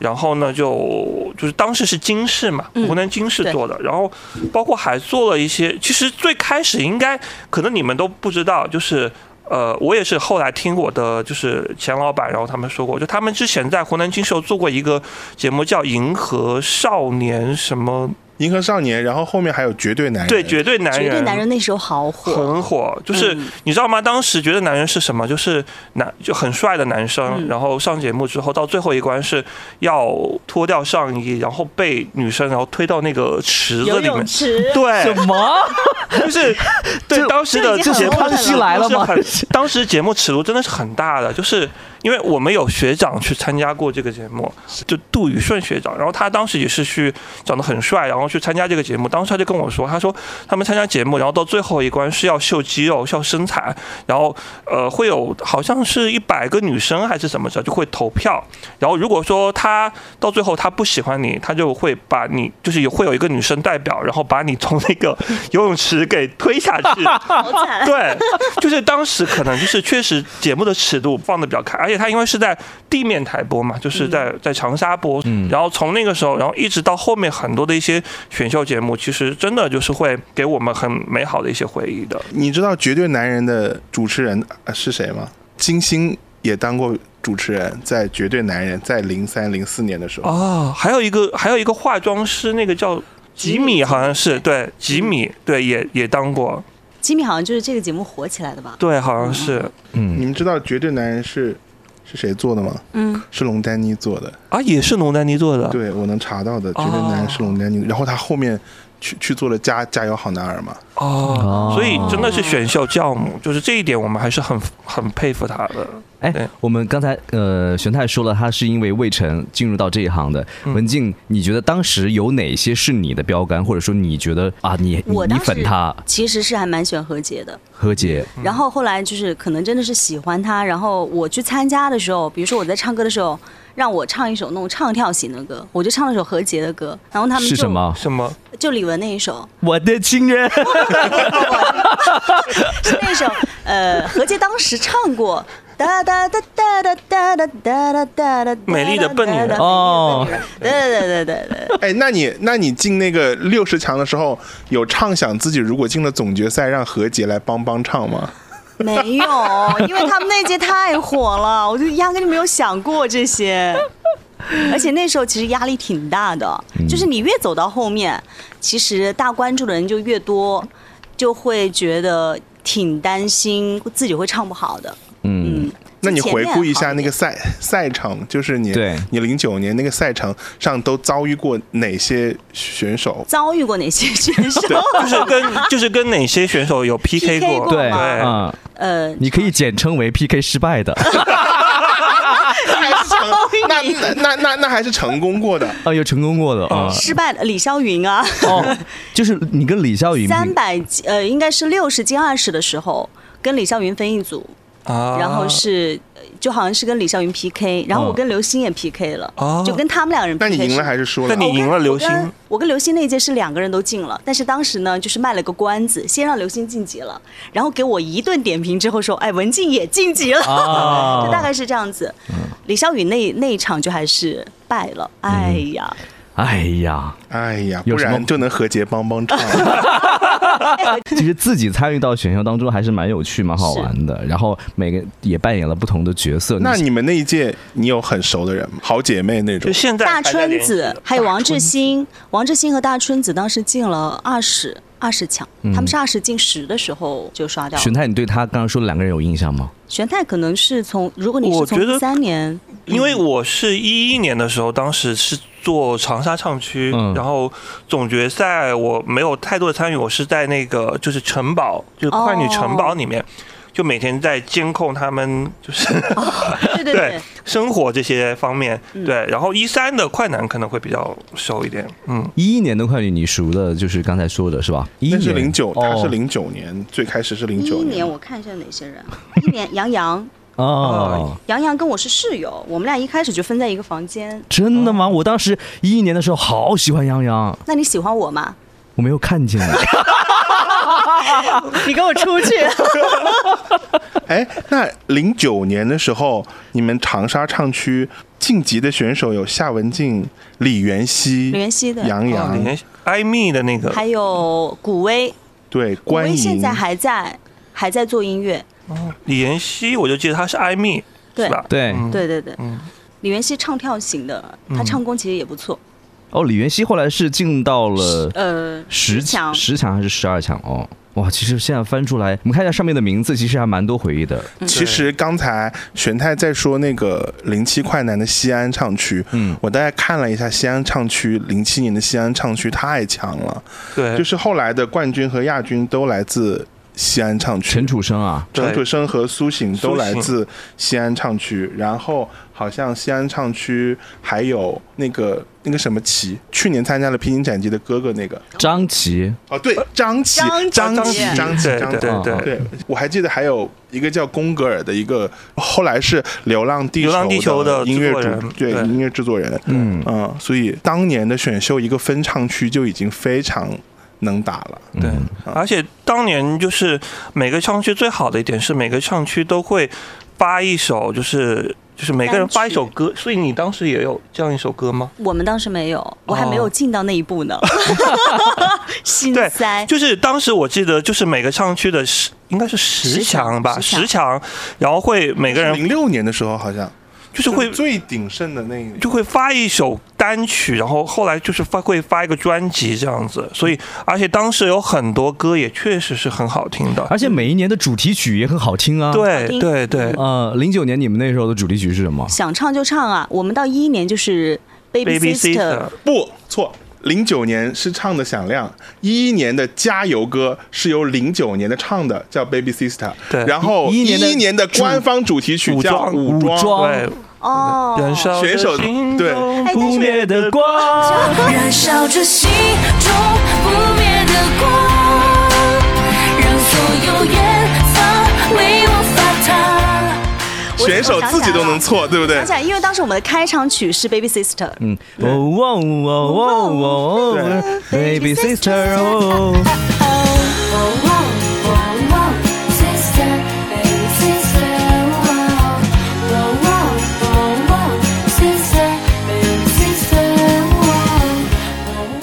Speaker 1: 然后呢就就是当时是金视嘛，
Speaker 3: 嗯
Speaker 1: 湖南金视做的，然后包括还做了一些，其实最开始应该可能你们都不知道，就是。呃，我也是后来听我的就是钱老板，然后他们说过，就他们之前在湖南金视有做过一个节目叫《银河少年》什么，
Speaker 4: 银河少年，然后后面还有绝对男人，
Speaker 1: 对，绝对男人，
Speaker 3: 嗯绝对男人那时候好火，
Speaker 1: 很火，就是、
Speaker 3: 嗯
Speaker 1: 你知道吗？当时觉得男人是什么？就是男就很帅的男生，
Speaker 3: 嗯
Speaker 1: 然后上节目之后，到最后一关是要脱掉上衣，然后被女生然后推到那个池子
Speaker 3: 游
Speaker 1: 里面
Speaker 3: 泳。池。
Speaker 1: 对，
Speaker 2: 么？
Speaker 1: 就是对当时的
Speaker 3: 这已经
Speaker 1: 节目
Speaker 3: 很
Speaker 2: 康熙来了吗
Speaker 1: 当时很当时节目尺度真的是很大的，就是因为我们有学长去参加过这个节目，就杜宇顺学长，然后他当时也是去长得很帅，然后去参加这个节目。当时他就跟我说，他说他们参加节目，然后到最后一关是要秀肌肉、秀身材，然后呃会有好像是一百个女生还是怎么着，就会投票。然后如果说他到最后他不喜欢你，他就会把你就是会有一个女生代表，然后把你从那个游泳池给推下去。
Speaker 3: 好惨，
Speaker 1: 对，就是当时可能就是确实节目的尺度放的比较开，而且它因为是在地面台播嘛，就是在在长沙播，然后从那个时候，然后一直到后面很多的一些选秀节目，其实真的就是会给我们很美好的一些回忆的。
Speaker 4: 你知道《绝对男人》的主持人呃是谁吗？金星也当过主持人，在《绝对男人》在零三零四年的时候，
Speaker 1: 哦，还有一个还有一个化妆师，那个叫吉米，好像是对吉米，对也也当过，
Speaker 3: 吉米好像就是这个节目火起来的吧？
Speaker 1: 对，好像是
Speaker 2: 嗯
Speaker 4: 你们知道《绝对男人是》是谁做的吗？
Speaker 3: 嗯，
Speaker 4: 是龙丹妮做的。
Speaker 1: 啊，也是龙丹妮做的，
Speaker 4: 对我能查到的《绝对男人》
Speaker 3: 哦
Speaker 4: 是龙丹妮，然后他后面去去做了加《加油好男儿》嘛。
Speaker 1: 哦
Speaker 2: 哦，
Speaker 1: 所以真的是选秀教母，就是这一点我们还是很很佩服他的。
Speaker 2: 哎
Speaker 1: 对，
Speaker 2: 我们刚才呃，玄泰说了，他是因为魏晨进入到这一行的。
Speaker 1: 嗯
Speaker 2: 文静，你觉得当时有哪些是你的标杆，或者说你觉得啊，你你
Speaker 3: 我
Speaker 2: 你
Speaker 3: 当时
Speaker 2: 粉他
Speaker 3: 其实是还蛮喜欢何洁的，
Speaker 2: 何洁？
Speaker 3: 然后后来就是可能真的是喜欢她，然后我去参加的时候，比如说我在唱歌的时候，让我唱一首那种唱跳型的歌，我就唱了首何洁的歌，然后他们
Speaker 2: 是
Speaker 3: 就
Speaker 2: 什么？
Speaker 1: 什么？
Speaker 3: 就李玟那一首，
Speaker 2: 我的情人。
Speaker 3: 是那首呃何洁当时唱过。哒哒哒哒哒哒哒哒哒哒哒，
Speaker 1: 美丽的笨女人
Speaker 2: 哦
Speaker 3: 对对对对对对，
Speaker 4: 哎，那你那你进那个六十强的时候，有畅想自己如果进了总决赛，让何洁来帮帮唱吗？
Speaker 3: 没有，因为他们那届太火了，我就压根就没有想过这 些。而且那时候其实压力挺大的，
Speaker 4: 嗯
Speaker 3: 就是你越走到后面，其实大关注的人就越多，就会觉得挺担心自己会唱不好的。
Speaker 2: 嗯，
Speaker 3: 嗯，
Speaker 4: 那你
Speaker 3: 就前
Speaker 4: 回
Speaker 3: 面啊
Speaker 4: 顾一下
Speaker 3: 好
Speaker 4: 那个赛赛程，就是你
Speaker 2: 对
Speaker 4: 你零九年那个赛程上都遭遇过哪些 选手？
Speaker 3: 遭遇过哪些选手？
Speaker 1: 就是跟 就是跟哪些选手有 PK 过？
Speaker 3: 过
Speaker 2: 对，
Speaker 1: 对，
Speaker 2: 嗯，
Speaker 3: 呃，
Speaker 2: 你可以简称为 PK 失败 的。
Speaker 4: 那那那那那还是成功过的。
Speaker 2: 啊，有成功过的啊。
Speaker 3: 失败的李霄云啊，
Speaker 2: 哦，就是你跟李霄云
Speaker 3: 三百呃应该是六十进二十的时候，跟李霄云分一组，
Speaker 2: 嗯
Speaker 1: 啊，
Speaker 3: 然后是呃就好像是跟李霄云 PK，然后我
Speaker 2: 嗯
Speaker 3: 跟刘星也 PK 了，
Speaker 1: 哦
Speaker 3: 就跟他们两个人 PK
Speaker 4: 那你赢了还
Speaker 3: 是？
Speaker 4: 是输了
Speaker 1: 那？你赢了刘星
Speaker 3: 我跟我跟刘星那一届是两个人都进了，但是当时呢，就是卖了个关子，先让刘星晋级了，然后给我一顿点评之后说，哎，文静也晋级了，
Speaker 2: 啊
Speaker 3: 就大概是这样子。李霄宇那那一场就还是败了，哎呀，
Speaker 2: 哎呀，
Speaker 4: 哎呀，
Speaker 2: 有
Speaker 4: 不
Speaker 2: 什么
Speaker 4: 然就能和谐帮 帮唱。
Speaker 2: 其实自己参与到选秀当中还是蛮有趣、蛮好玩的。然后每个也扮演了不同的角色。
Speaker 4: 那你们那一届，你有很熟的人吗？好姐妹那种
Speaker 1: 就？现在
Speaker 3: 大
Speaker 1: 还在
Speaker 3: 春
Speaker 1: 联系
Speaker 3: 子还有王志新，王志新和大春子当时进了二十二十强，他们是二十进十的时候就刷掉了
Speaker 2: 玄。泰，你对他刚刚说的两个人有印象吗？
Speaker 3: 玄泰可能是从，如果你是
Speaker 1: 我
Speaker 3: 从
Speaker 1: 觉得
Speaker 3: 一三年，
Speaker 1: 因为我是一一年的时候，当时是做长沙唱区，
Speaker 2: 嗯
Speaker 1: 然后总决赛我没有太多的参与，我是在那个就是城堡，就是快女城堡里
Speaker 3: 哦
Speaker 1: 面。就每天在监控他们，就是、
Speaker 3: 对 对
Speaker 1: 对
Speaker 3: 哦对，嗯
Speaker 1: 生活这些方面，对。然后一三的快男可能会比较熟一点，嗯。
Speaker 2: 一一年的快女，你熟的就是刚才说的是吧？一一
Speaker 4: 那
Speaker 2: 年
Speaker 4: 是零九，他
Speaker 2: 哦
Speaker 4: 是零九年，最开始是零
Speaker 3: 一
Speaker 4: 九
Speaker 3: 一年我看一下哪些人，啊一年杨洋，
Speaker 2: 哦，
Speaker 3: 杨洋跟我是室友，我们俩一开始就分在一个房间。
Speaker 2: 真的吗？我当时一一年的时候好喜欢杨洋，
Speaker 3: 那你喜欢我吗？
Speaker 2: 我没有看 见你。
Speaker 3: 你跟我出 去，
Speaker 4: 哎，那零九年的时候，你们长沙唱区晋级的选手有夏文静、李元熙、
Speaker 3: 李元熙的
Speaker 4: 杨
Speaker 2: 啊哦
Speaker 4: 洋，
Speaker 1: 以前哦艾米的那个，
Speaker 3: 还有古薇，
Speaker 4: 对
Speaker 3: 古
Speaker 4: 关
Speaker 3: 薇
Speaker 4: 颖，
Speaker 3: 现在还在，还在做音乐。
Speaker 1: 李妍希，我就记得她是艾米，
Speaker 3: 对
Speaker 1: 是吧？
Speaker 2: 对
Speaker 1: 嗯
Speaker 3: 对对对，
Speaker 1: 嗯
Speaker 3: 李元熙唱跳型的，他唱功其实也不错。
Speaker 2: 哦，李元熙后来是进到了
Speaker 3: 呃，
Speaker 2: 十
Speaker 3: 强
Speaker 2: 十强还是十二强？哦，哇，其实现在翻出来，我们看一下上面的名字，其实还蛮多回忆的。
Speaker 4: 其实刚才玄泰在说那个零七快男的西安唱区，
Speaker 2: 嗯
Speaker 4: 我大概看了一下西安唱区，零七年的西安唱区太强了，
Speaker 1: 对，
Speaker 4: 就是后来的冠军和亚军都来自西安唱区
Speaker 2: 陈。楚生啊，
Speaker 1: 对
Speaker 4: 陈楚生和苏醒都来
Speaker 1: 苏
Speaker 4: 自西安唱区，然后好像西安唱区还有那个那个什么琪，去年参加了披荆斩棘的哥哥那个，
Speaker 2: 张琪，
Speaker 4: 哦对，
Speaker 1: 呃
Speaker 4: 张琪，
Speaker 3: 张
Speaker 4: 张
Speaker 3: 琪
Speaker 4: 琪，张琪，
Speaker 1: 对
Speaker 4: 张琪，嗯
Speaker 1: 对对
Speaker 4: 对，我还记得还有一个叫宫格尔的一个，后来是《流浪地球》
Speaker 1: 流浪地球的
Speaker 4: 音
Speaker 1: 制
Speaker 4: 乐
Speaker 1: 作
Speaker 4: 主
Speaker 1: 人
Speaker 4: 对
Speaker 1: 对
Speaker 4: 音乐制作人，
Speaker 2: 嗯
Speaker 4: 嗯，所以当年的选秀一个分唱区就已经非常能打了，
Speaker 1: 对，而且当年就是每个唱区最好的一点是，每个唱区都会发一首，就是就是每个人发一首歌，所以你当时也有这样一首歌吗？
Speaker 3: 我们当时没有，我还没有进到那一步呢。心
Speaker 1: 对
Speaker 3: 塞，
Speaker 1: 就是当时我记得，就是每个唱区的十应该是十
Speaker 3: 十强
Speaker 1: 强吧，
Speaker 3: 十强
Speaker 1: 十强，然后会每个人
Speaker 4: 零六年的时候好像
Speaker 1: 就是会
Speaker 4: 最鼎盛的那一年。
Speaker 1: 就会发一首单曲，然后后来就是发会发一个专辑这样子，所以而且当时有很多歌也确实是很好听的，
Speaker 2: 而且每一年的主题曲也很好听啊。。
Speaker 1: 对
Speaker 3: 听
Speaker 1: 对对，
Speaker 2: 呃，零九年你们那时候的主题曲是什么？
Speaker 3: 想唱就唱啊！我们到一一年就是 Baby
Speaker 1: Baby
Speaker 3: Sister，
Speaker 1: Sister
Speaker 4: 不错。零九年是唱的《响亮》，一一年的《加油歌》是由零九年的唱的，叫《Baby Sister》。
Speaker 1: 对
Speaker 4: 然后
Speaker 2: 11
Speaker 4: 一
Speaker 2: 年的
Speaker 4: 一年的官方主题曲
Speaker 1: 武
Speaker 4: 叫《
Speaker 1: 装
Speaker 4: 武装》。
Speaker 2: 装
Speaker 1: 对，
Speaker 3: 哦，
Speaker 1: 燃烧
Speaker 4: 选手
Speaker 1: 着心
Speaker 4: 对
Speaker 1: 中
Speaker 3: 哎但
Speaker 1: 不
Speaker 3: 是
Speaker 1: 灭的光。
Speaker 2: 光，
Speaker 5: 燃烧着心中不灭的光，让所有颜色为我发烫。
Speaker 3: 我
Speaker 4: 选手
Speaker 3: 我想起
Speaker 4: 自
Speaker 3: 来
Speaker 4: 己都能
Speaker 3: 了
Speaker 4: 错，对不对
Speaker 3: 想？起来，因为当时我们的开场曲是 Baby Sister，
Speaker 2: 嗯，哦哦哦哦哦，Baby Sister 哦，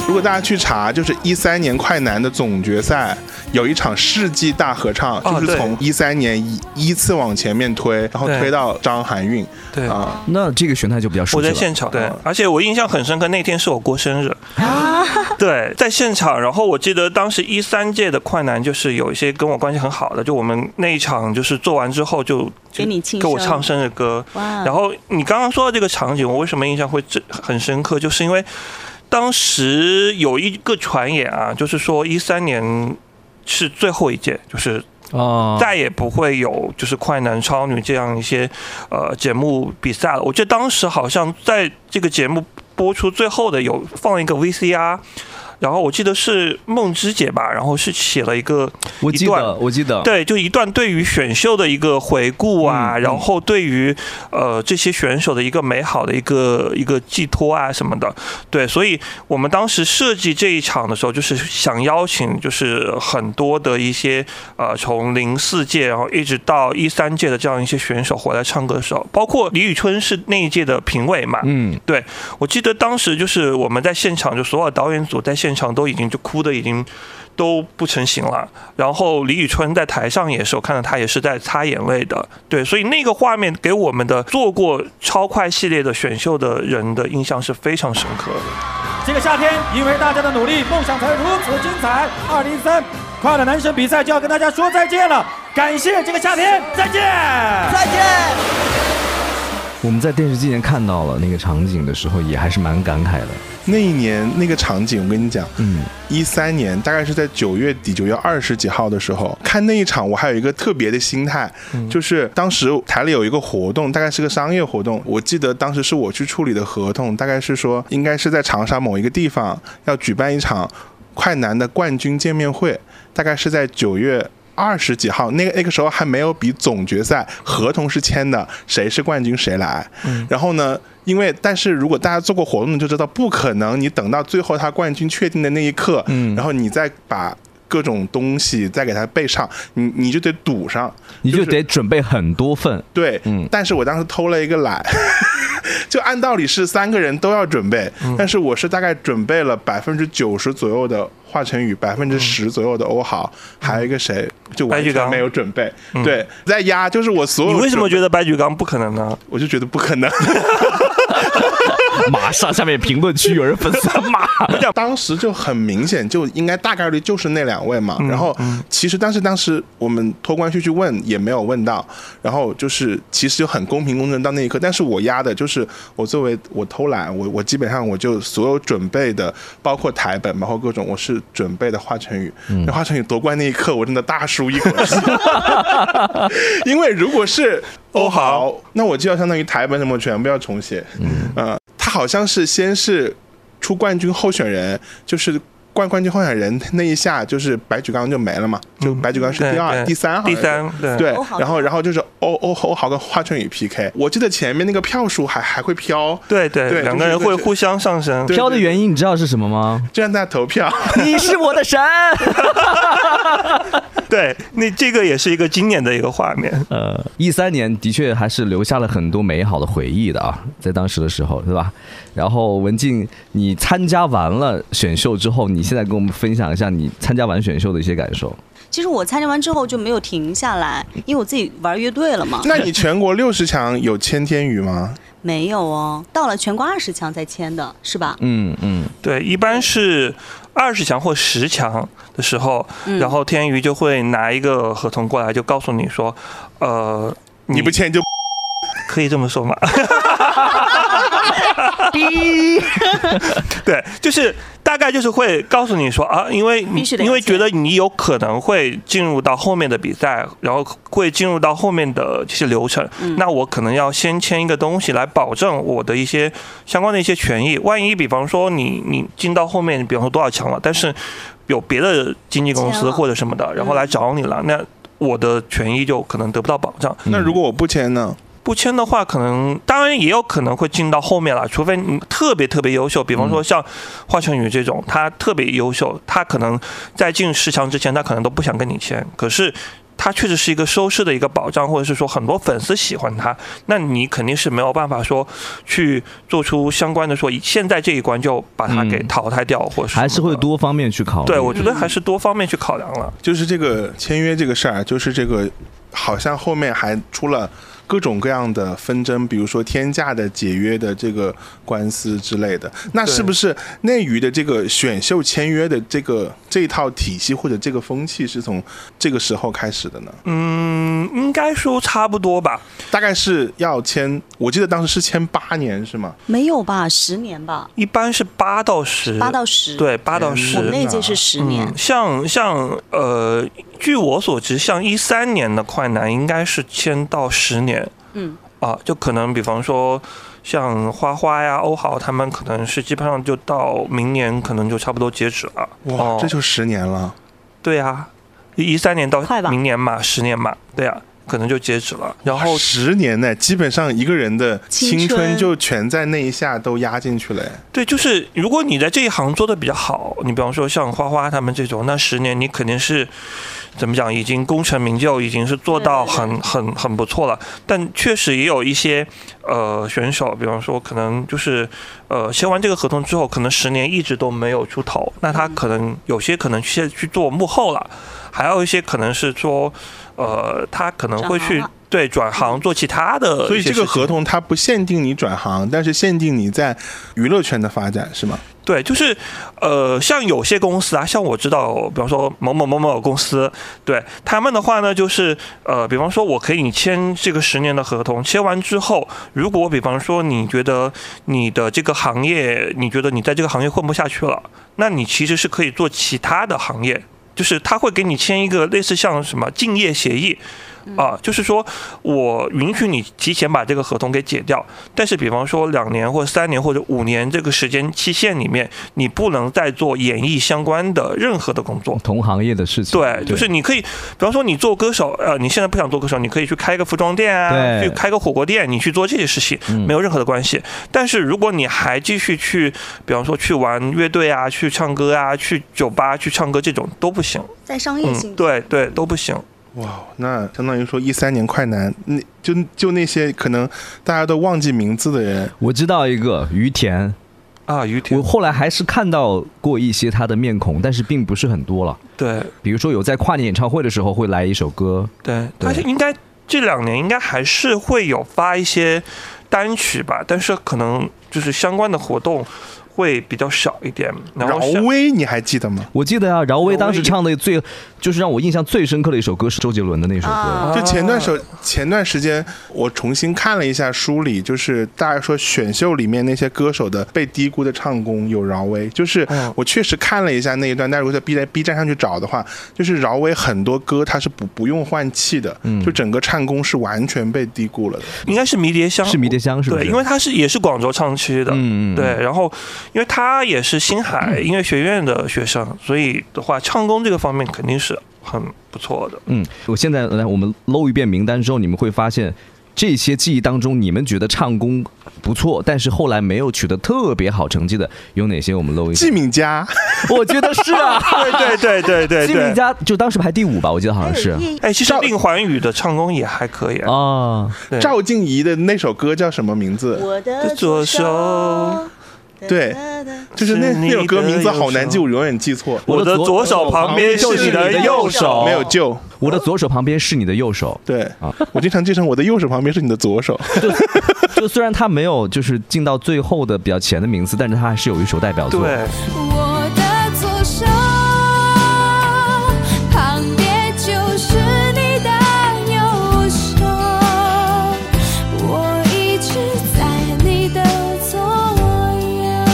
Speaker 4: 如果大家去查，就是一三年快男的总决赛有一场世纪大合唱，
Speaker 1: 哦
Speaker 4: 就是
Speaker 1: 对
Speaker 4: 从一三年依依次往前面推，然后
Speaker 1: 对
Speaker 4: 推到张含韵。
Speaker 1: 对
Speaker 4: 啊，
Speaker 2: 那这个玄太就比较熟
Speaker 1: 我
Speaker 2: 悉了。
Speaker 1: 在现场，对，而且我印象很深刻，那天是我过生日，
Speaker 3: 啊
Speaker 1: 对，在现场。然后我记得当时一三届的快男，就是有一些跟我关系很好的，就我们那一场就是做完之后就就
Speaker 3: 给你庆
Speaker 1: 给我
Speaker 3: 生
Speaker 1: 唱生日歌。
Speaker 3: 哇
Speaker 1: 然后你刚刚说到这个场景，我为什么印象会这很深刻，就是因为当时有一个传言啊，就是说一三年是最后一届，就是
Speaker 2: 哦，
Speaker 1: 再也不会有就是快男超女这样一些呃节目比赛了。我记得当时好像在这个节目播出最后的有放一个 VCR，然后我记得是梦之姐吧，然后是写了一个
Speaker 2: 我
Speaker 1: 一
Speaker 2: 记
Speaker 1: 段
Speaker 2: 得，我记得，
Speaker 1: 对，就一段对于选秀的一个回顾啊，
Speaker 2: 嗯嗯
Speaker 1: 然后对于呃这些选手的一个美好的一个一个寄托啊什么的，对，所以我们当时设计这一场的时候，就是想邀请就是很多的一些呃从零四届然后一直到一三届的这样一些选手回来唱歌的时候，包括李宇春是那一届的评委嘛，
Speaker 2: 嗯，
Speaker 1: 对，我记得当时就是我们在现场，就所有导演组在现场都已经就哭的已经都不成形了。然后李宇春在台上也是，我看到她也是在擦眼泪的。对，所以那个画面给我们的做过超快系列的选秀的人的印象是非常深刻的。
Speaker 9: 这个夏天，因为大家的努力，梦想才如此精彩。二零三快乐男神比赛就要跟大家说再见了，感谢这个夏天，再见，再见。
Speaker 2: 我们在电视机前看到了那个场景的时候，也还是蛮感慨的。
Speaker 4: 那一年那个场景，我跟你讲，
Speaker 2: 嗯，
Speaker 4: 一三年大概是在九月底，九月二十几号的时候，看那一场，我还有一个特别的心态，就是当时台里有一个活动，大概是个商业活动，我记得当时是我去处理的合同，大概是说应该是在长沙某一个地方要举办一场快男的冠军见面会，大概是在九月。二十几号，那个那个时候还没有比总决赛，合同是签的，谁是冠军谁来。
Speaker 2: 嗯
Speaker 4: 然后呢，因为但是如果大家做过活动的就知道，不可能你等到最后他冠军确定的那一刻，
Speaker 2: 嗯
Speaker 4: 然后你再把各种东西再给他备上，你你就得赌上，
Speaker 2: 你就
Speaker 4: 就是
Speaker 2: 得准备很多份，
Speaker 4: 对，
Speaker 1: 嗯
Speaker 4: 但是我当时偷了一个懒， 就按道理是三个人都要准备，
Speaker 1: 嗯
Speaker 4: 但是我是大概准备了百分之九十左右的华晨宇，百分之十左右的欧豪，还有一个谁就
Speaker 1: 嗯
Speaker 4: 完
Speaker 1: 白举
Speaker 4: 全
Speaker 1: 纲
Speaker 4: 没有准备，对，在压就是我所有
Speaker 1: 你
Speaker 4: 准备。
Speaker 1: 为什么觉得白举纲不可能呢？
Speaker 4: 我就觉得不可能？
Speaker 2: 马上下面评论区有人粉 丝骂，
Speaker 4: 当时就很明显，就应该大概率就是那两位嘛。然后其实，但是当时我们托关系去问也没有问到，然后就是其实就很公平公正到那一刻。但是我压的就是我作为我偷懒，我我基本上我就所有准备的，包括台本，包括各种，我是准备的华晨宇。那华晨宇夺冠那一刻，我真的大舒一口气， 因为如果是
Speaker 1: 哦
Speaker 4: 欧豪，那我就要相当于台本什么全部要重写。嗯，呃，他好像是先是出冠军候选人，就是冠冠军候选人那一下，就是白举纲就没了嘛，就白举纲是第二、
Speaker 1: 嗯对对
Speaker 4: 第三好像
Speaker 1: 第
Speaker 4: 是
Speaker 1: 三，对
Speaker 4: 对
Speaker 3: 欧豪，
Speaker 4: 然后然后就是哦欧欧欧豪跟华晨宇 PK，我记得前面那个票数还还会飘，
Speaker 1: 对
Speaker 4: 对
Speaker 1: 对，两
Speaker 4: 就
Speaker 1: 个
Speaker 4: 是
Speaker 1: 人会
Speaker 4: 就是
Speaker 1: 互相上升。
Speaker 4: 对
Speaker 2: 飘的原因你知道是什么吗？
Speaker 4: 就让大家投 票。
Speaker 2: 你是我的神。
Speaker 1: 对，那这个也是一个经典的一个画面。
Speaker 2: 呃，一三年的确还是留下了很多美好的回忆的啊，在当时的时候，对吧？然后文静，你参加完了选秀之后，你现在跟我们分享一下你参加完选秀的一些感受。
Speaker 3: 其实我参加完之后就没有停下来，因为我自己玩乐队了嘛。
Speaker 4: 那你全国六十强有千天宇吗？
Speaker 3: 没有哦，到了全国二十强才签的，是吧？
Speaker 2: 嗯嗯，
Speaker 1: 对，一般是二十强或十强的时候，
Speaker 3: 嗯
Speaker 1: 然后天娱就会拿一个合同过来，就告诉你说，呃，
Speaker 4: 你不签就
Speaker 1: 可以这么说 吗？ 对，就是大概就是会告诉你说啊，因为你
Speaker 3: 必须得要
Speaker 1: 因为觉
Speaker 3: 签
Speaker 1: 得你有可能会进入到后面的比赛，然后会进入到后面的这些流程，
Speaker 3: 嗯
Speaker 1: 那我可能要先签一个东西来保证我的一些相关的一些权益。万一比方说你你进到后面，比方说多少强了，但是有别的经纪公
Speaker 3: 签
Speaker 1: 司
Speaker 3: 了嗯
Speaker 1: 或者什么的，然后来找你了，那我的权益就可能得不到保障。
Speaker 4: 那如果我不签呢？
Speaker 1: 不签的话，可能当然也有可能会进到后面了，除非你特别特别优秀，比方说像华晨宇这种，他特别优秀，他可能在进十强之前，他可能都不想跟你签，可是。他确实是一个收视的一个保障，或者是说很多粉丝喜欢他，那你肯定是没有办法说去做出相关的说，以现在这一关就把他给
Speaker 2: 嗯
Speaker 1: 淘汰掉，或者
Speaker 2: 还是
Speaker 1: 什么
Speaker 2: 会
Speaker 1: 的。
Speaker 2: 多方面去考虑。
Speaker 1: 对，我觉得还是多方面去考量了。
Speaker 4: 就是这个签约这个事儿啊，就是这个好像后面还出了各种各样的纷争，比如说天价的解约的这个官司之类的。那是不是内娱的这个选秀签约的这个这一套体系或者这个风气是从这个时候开始的呢？
Speaker 1: 嗯，应该说差不多吧。
Speaker 4: 大概是要签，我记得当时是签八年是吗？
Speaker 3: 没有吧，十年吧，
Speaker 1: 一般是八到十，
Speaker 3: 八到十。，
Speaker 1: 对八到十。
Speaker 3: 我们那届是十年
Speaker 1: 嗯，，像像呃，据我所知，像一三年的快男应该是签到十年
Speaker 3: 嗯
Speaker 1: 啊，就可能比方说像花花呀、欧豪他们，可能是基本上就到明年可能就差不多截止了。
Speaker 4: 哇，
Speaker 1: 哦
Speaker 4: 这就十年了。
Speaker 1: 对啊，一三年到
Speaker 3: 快吧
Speaker 1: 明年嘛，十年嘛，对啊，可能就截止了。然
Speaker 4: 然
Speaker 1: 后
Speaker 4: 后十年呢，基本上一个人的
Speaker 3: 青
Speaker 4: 青春
Speaker 3: 春
Speaker 4: 就全在那一下都压进去了。哎
Speaker 1: 对，就是如果你在这一行做的比较好，你比方说像花花他们这种，那十年你肯定是怎么讲，已经功成名就，已经是做到很很很不错了。但确实也有一些呃选手，比方说可能就是呃签完这个合同之后，可能十年一直都没有出头，那
Speaker 3: 嗯
Speaker 1: 他可能有些可能去去做幕后了，还有一些可能是说呃他可能会
Speaker 3: 转行
Speaker 1: 去
Speaker 3: 了嗯
Speaker 1: 对转行做其他的一些事情，
Speaker 4: 所以这个合同它不限定你转行，但是限定你在娱乐圈的发展，是吗？
Speaker 1: 对，就是呃，像有些公司啊，像我知道，比方说某某某某公司，对他们的话呢，就是呃，比方说我可以签这个十年的合同，签完之后，如果比方说你觉得你的这个行业，你觉得你在这个行业混不下去了，那你其实是可以做其他的行业，就是他会给你签一个类似像什么竞业协议。啊，就是说我允许你提前把这个合同给解掉，但是比方说两年或三年或者五年这个时间期限里面，你不能再做演艺相关的任何的工作。
Speaker 2: 同行业的事情。
Speaker 1: 对，就是你可以，比方说你做歌手，呃，你现在不想做歌手，你可以去开个服装店啊，
Speaker 2: 对
Speaker 1: 去开个火锅店，你去做这些事情，没有任何的关系。但是如果你还继续去，比方说去玩乐队啊，去唱歌啊，去酒吧去唱歌这种都不行。
Speaker 3: 在商业性
Speaker 1: 嗯，对对，都不行。
Speaker 4: 哇，那相当于说一三年快男，那就就那些可能大家都忘记名字的人，
Speaker 2: 我知道一个于田，
Speaker 1: 啊，于田
Speaker 2: 我，后来还是看到过一些他的面孔，但是并不是很多了。
Speaker 1: 对
Speaker 2: 比如说有在跨年演唱会的时候会来一首歌，
Speaker 1: 对，
Speaker 2: 对
Speaker 1: 而且应该这两年应该还是会有发一些单曲吧，但是可能就是相关的活动会比较少一点。然
Speaker 4: 饶
Speaker 1: 后像
Speaker 4: 威，你还记得吗？
Speaker 2: 我记得啊，饶威当时唱的最就是让我印象最深刻的一首歌是周杰伦的那首歌，
Speaker 3: 啊，
Speaker 1: 哦
Speaker 4: 就前段时前段时间，我重新看了一下梳理，就是大家说选秀里面那些歌手的被低估的唱功有饶威，就是
Speaker 1: 嗯
Speaker 4: 我确实看了一下那一段，但如果在 B 站 B 站上去找的话，就是饶威很多歌他是不不用换气的，
Speaker 1: 嗯
Speaker 4: 就整个唱功是完全被低估了的。
Speaker 1: 应该是迷迭香，
Speaker 2: 是迷迭香是不是？
Speaker 1: 对，因为他是也是广州唱区的，
Speaker 2: 嗯嗯嗯
Speaker 1: 对，然后因为他也是星海音乐学院的学生，所以的话，唱功这个方面肯定是很不错的。
Speaker 2: 嗯，我现在来我们搂一遍名单之后，你们会发现。这些记忆当中，你们觉得唱功不错，但是后来没有取得特别好成绩的有哪些？我们搂一下
Speaker 4: 季。敏佳，
Speaker 2: 我觉得是啊，
Speaker 1: 对对哎对对
Speaker 2: 金敏佳就当时排第五吧，我记得好像是
Speaker 3: 还有叶
Speaker 1: 哎，其实令环宇的唱功也还可以，
Speaker 2: 啊。
Speaker 1: 对
Speaker 4: 赵静怡的那首歌叫什么名字？
Speaker 3: 我的
Speaker 1: 左手，
Speaker 4: 对
Speaker 3: 哒哒哒
Speaker 4: 就是那
Speaker 1: 是你
Speaker 4: 那
Speaker 1: 的
Speaker 4: 首歌名字好难记，
Speaker 1: 右手
Speaker 4: 我永远记错。
Speaker 1: 我的左手旁边是你的右手，
Speaker 4: 没有救，
Speaker 2: 我的左手旁边是你的右手，
Speaker 4: 对、
Speaker 1: 哦
Speaker 2: 啊
Speaker 4: 我经常记成我的右手旁边是你的左手。
Speaker 2: 就 虽然他没有就是进到最后的比较前的名次，但是他还是有一首代表作。
Speaker 1: 对，
Speaker 5: 我的左手旁边就是你的右手，我一直在你的左右。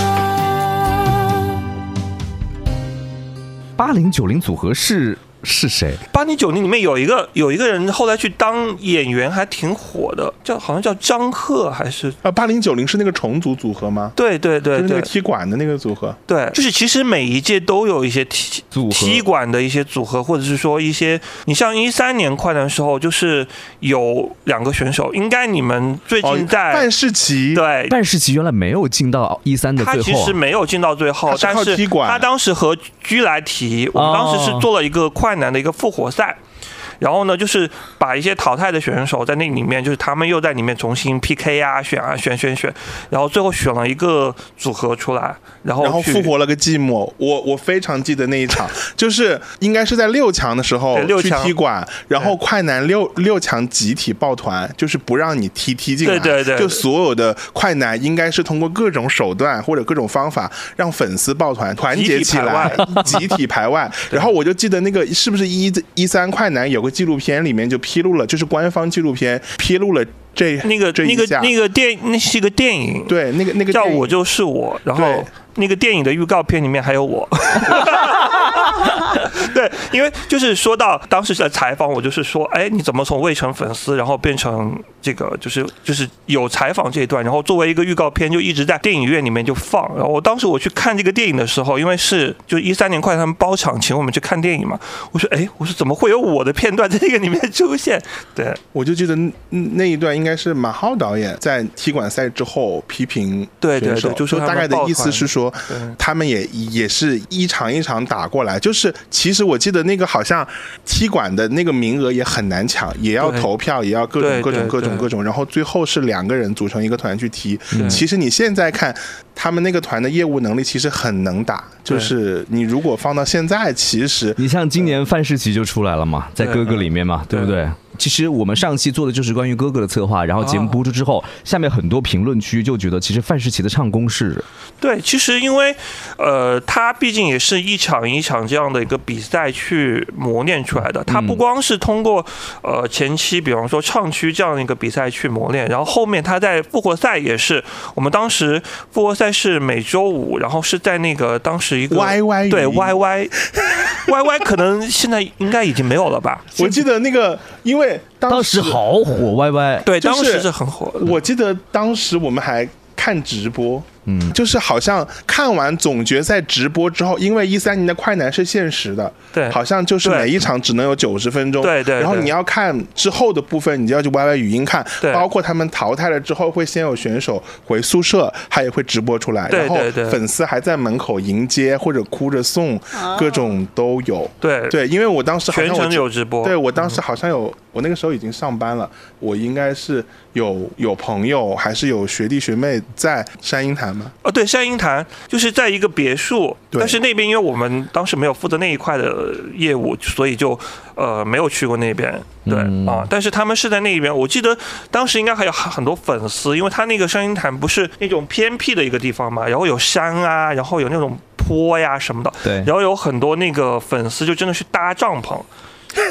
Speaker 2: 八零九零组合是是谁？
Speaker 1: 八零九零里面有一个有一个人后来去当演员，还挺火的，叫好像叫张赫还是。
Speaker 4: 啊，八零九零是那个重组组合吗？
Speaker 1: 对对对
Speaker 4: 就是那
Speaker 1: 对
Speaker 4: 个，踢馆的那个组合。
Speaker 1: 对，就是其实每一届都有一些踢
Speaker 2: 组合
Speaker 1: 踢馆的一些组合，或者是说一些，你像一三年快男的时候，就是有两个选手，应该你们最
Speaker 4: 哦
Speaker 1: 近，在、
Speaker 4: 范世琦，
Speaker 1: 对。
Speaker 2: 但是其实原来没有进到一三的
Speaker 1: 他
Speaker 2: 最
Speaker 1: 其
Speaker 2: 后
Speaker 1: 实
Speaker 2: 啊。
Speaker 1: 没有进到最后
Speaker 4: 他，是靠
Speaker 1: 但是
Speaker 4: 踢馆
Speaker 1: 他当时和居来提，我们当时
Speaker 2: 哦
Speaker 1: 是做了一个快男的一个复活赛，然后呢，就是把一些淘汰的选手在那里面，就是他们又在里面重新 PK 啊，选啊选选选，然后最后选了一个组合出来，然后
Speaker 4: 然后
Speaker 1: 去
Speaker 4: 复活了个寂寞。我我非常记得那一场，就是应该是在六强的时候
Speaker 1: 对六
Speaker 4: 去
Speaker 1: 强
Speaker 4: 踢馆，然后快男六六强集体抱团，就是不让你踢踢进来。
Speaker 1: 对对对
Speaker 4: 就所有的快男应该是通过各种手段或者各种方法让粉丝抱团团结起来， 集体 排外。然后我就记得那个是不是一一三快男有个纪录片里面就披露了，就是官方纪录片披露了这
Speaker 1: 那个
Speaker 4: 这
Speaker 1: 那
Speaker 4: 一
Speaker 1: 个
Speaker 4: 下
Speaker 1: 那个电那是一个电影，
Speaker 4: 对那个那个
Speaker 1: 叫
Speaker 4: 电影
Speaker 1: 我就是我，然
Speaker 4: 对
Speaker 1: 后那个电影的预告片里面还有我， 对，因为就是说到当时在采访我，就是说，哎，你怎么从未成粉丝，然后变成这个，就是就是有采访这一段，然后作为一个预告片，就一直在电影院里面就放。然后我当时我去看这个电影的时候，因为是就一三年快他们包场请我们去看电影嘛，我说，哎，我说怎么会有我的片段在这个里面出现？ 对，
Speaker 4: 我就记得那那一段应该是马浩导演在踢馆赛之后批评
Speaker 1: 对对
Speaker 4: 选手
Speaker 1: 对就说他
Speaker 4: 大
Speaker 1: 们
Speaker 4: 概的
Speaker 1: 抱
Speaker 4: 意思
Speaker 1: 团
Speaker 4: 是说
Speaker 1: 对，
Speaker 4: 他们也也是一场一场打过来。就是其实我记得那个好像踢馆的那个名额也很难抢，也要
Speaker 1: 对
Speaker 4: 投票，也要各
Speaker 1: 对
Speaker 4: 种各
Speaker 1: 对
Speaker 4: 种各种
Speaker 1: 对
Speaker 4: 各种，然后最后是两个人组成一个团去踢
Speaker 1: 对。
Speaker 4: 其实你现在看。他们那个团的业务能力其实很能打，就
Speaker 1: 对
Speaker 4: 是你如果放到现在，其实
Speaker 2: 你像今年范世琦就出来了嘛，在
Speaker 1: 对
Speaker 2: 哥哥里面嘛，对
Speaker 1: 对
Speaker 2: 不对？其实我们上期做的就是关于哥哥的策划，然后节目播出之
Speaker 1: 嗯
Speaker 2: 后，下面很多评论区就觉得，其实范世琦的唱功是
Speaker 1: 对，其实因为，呃，它毕竟也是一场一场这样的一个比赛去磨练出来的。它不光是通过呃前期，比方说唱区这样的一个比赛去磨练，然后后面它在复活赛也是，我们当时复活赛是每周五，然后是在那个当时一个
Speaker 4: YY
Speaker 1: 对
Speaker 4: 语音
Speaker 1: YY YY 可能现在应该已经没有了吧？
Speaker 4: 我记得那个，因为
Speaker 2: 当
Speaker 4: 当
Speaker 2: 时好火歪歪，
Speaker 1: 嗯对，
Speaker 4: 就
Speaker 1: 当时
Speaker 4: 是
Speaker 1: 是很火的。
Speaker 4: 我记得当时我们还看直播，嗯，就是好像看完总决赛直播之后，因为一三年的快男是限时的，
Speaker 1: 对
Speaker 4: 好像就是
Speaker 1: 对
Speaker 4: 每一场只能有九十分钟，
Speaker 1: 对对
Speaker 4: 然后
Speaker 1: 对
Speaker 4: 你要看之后的部分，你就要去 YY 语音看，
Speaker 1: 对
Speaker 4: 包括他们淘汰了之后，会先有选手回宿舍，他也会直播出来，
Speaker 1: 对
Speaker 4: 然后
Speaker 1: 对对
Speaker 4: 粉丝还在门口迎接或者哭着送，各种都有。
Speaker 1: 对
Speaker 4: 对，因为我当时好像
Speaker 1: 呃全
Speaker 4: 我
Speaker 1: 程
Speaker 4: 记
Speaker 1: 有直播。嗯
Speaker 4: 对我当时好像有，我那个时候已经上班了，我应该是有有朋友还是有学弟学妹在山鹰潭嘛？
Speaker 1: 哦，对，山鹰潭就是在一个别墅，
Speaker 4: 对
Speaker 1: 但是那边因为我们当时没有负责那一块的业务，所以就呃没有去过那边。对、啊，但是他们是在那边，我记得当时应该还有很很多粉丝，因为他那个山鹰潭不是那种偏僻的一个地方嘛，然后有山啊，然后有那种坡呀什么的，
Speaker 2: 对
Speaker 1: 然后有很多那个粉丝就真的去搭帐篷。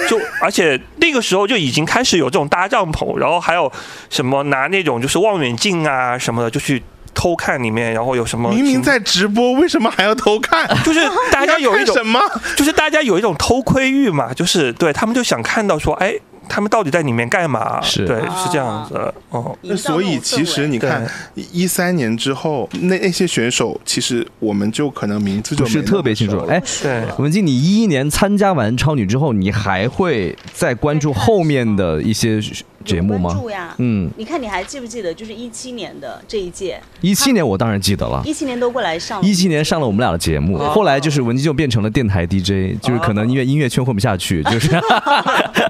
Speaker 1: 就而且那个时候就已经开始有这种搭帐篷，然后还有什么拿那种就是望远镜啊什么的，就去偷看里面，然后有什么
Speaker 4: 明明在直播，为什么还要偷看？
Speaker 1: 就是 大家有一
Speaker 4: 看
Speaker 1: 种
Speaker 4: 什么？
Speaker 1: 就是大家有一种偷窥欲嘛，就是对他们就想看到说，哎，他们到底在里面干嘛？
Speaker 2: 是
Speaker 1: 对，是这样子的， 哦、
Speaker 3: 营造
Speaker 4: 所
Speaker 3: 那
Speaker 4: 以
Speaker 3: 种
Speaker 4: 其
Speaker 3: 氛
Speaker 4: 实
Speaker 3: 围
Speaker 4: 你看，一三年之后那那些选手，其实我们就可能名字就
Speaker 2: 不是
Speaker 4: 没那
Speaker 2: 特
Speaker 4: 么
Speaker 2: 别清楚
Speaker 4: 熟。了
Speaker 2: 哎，
Speaker 1: 对。
Speaker 2: 文静，你一一年参加完超女之后，你还会再关注后面的一些节目
Speaker 3: 有
Speaker 2: 吗
Speaker 3: 关注？呀，
Speaker 2: 嗯，
Speaker 3: 你看你还记不记得，就是一七年的这一届，
Speaker 2: 一七年我当然记得了。
Speaker 3: 一七年都过来上，
Speaker 2: 一七年上了我们俩的节目，后来就是文姬就变成了电台 DJ，就是可能音乐音乐圈混不下去，就是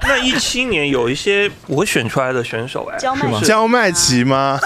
Speaker 1: 那一七年有一些我选出来的选手，哎，
Speaker 3: 焦麦
Speaker 4: 焦麦琪吗？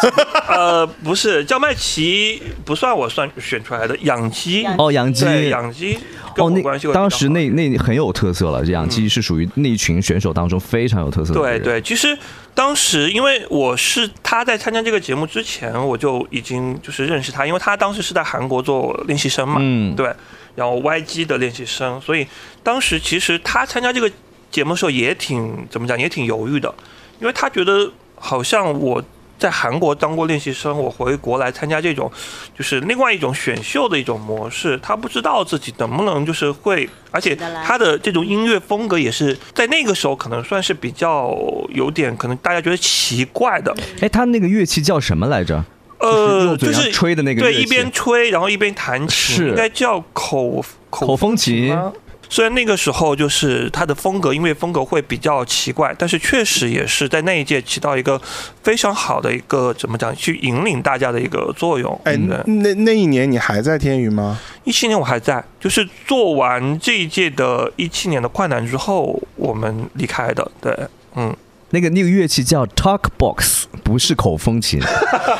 Speaker 4: 哎
Speaker 1: 呃，不是焦麦琪不算我算选出来的，养鸡，
Speaker 2: 哦杨基
Speaker 1: 对，养鸡跟
Speaker 2: 哦
Speaker 1: 我关系
Speaker 2: 那
Speaker 1: 会比较
Speaker 2: 当时
Speaker 1: 好嗯
Speaker 2: 那那很有特色了，这样其实是属于那一群选手当中非常有特色的
Speaker 1: 对
Speaker 2: 人。
Speaker 1: 对，其实当时因为我是他在参加这个节目之前，我就已经就是认识他，因为他当时是在韩国做练习生嘛，
Speaker 2: 嗯
Speaker 1: 对，然后 YG 的练习生，所以当时其实他参加这个节目的时候也挺怎么讲，也挺犹豫的，因为他觉得好像我。在韩国当过练习生，我回国来参加这种，就是另外一种选秀的一种模式。他不知道自己能不能就是会，而且
Speaker 3: 得来
Speaker 1: 他的这种音乐风格也是在那个时候可能算是比较有点可能大家觉得奇怪的，
Speaker 2: 哎，他那个乐器叫什么来着？就是
Speaker 1: 呃
Speaker 2: 用，嘴
Speaker 1: 就
Speaker 2: 上
Speaker 1: 是
Speaker 2: 吹的那个
Speaker 1: 对，
Speaker 2: 乐器
Speaker 1: 一边吹然后一边弹
Speaker 2: 是
Speaker 1: 琴，应该叫口
Speaker 2: 口风琴。
Speaker 1: 吗虽然那个时候就是他的风格，音乐风格会比较奇怪，但是确实也是在那一届起到一个非常好的一个怎么讲，去引领大家的一个作用。
Speaker 4: 哎，
Speaker 1: 对
Speaker 4: 那那一年你还在天娱吗？
Speaker 1: 一七年我还在，就是做完这一届的一七年的快男之后，我们离开的。对，嗯，
Speaker 2: 那个那个乐器叫 talk box，不是口 风琴。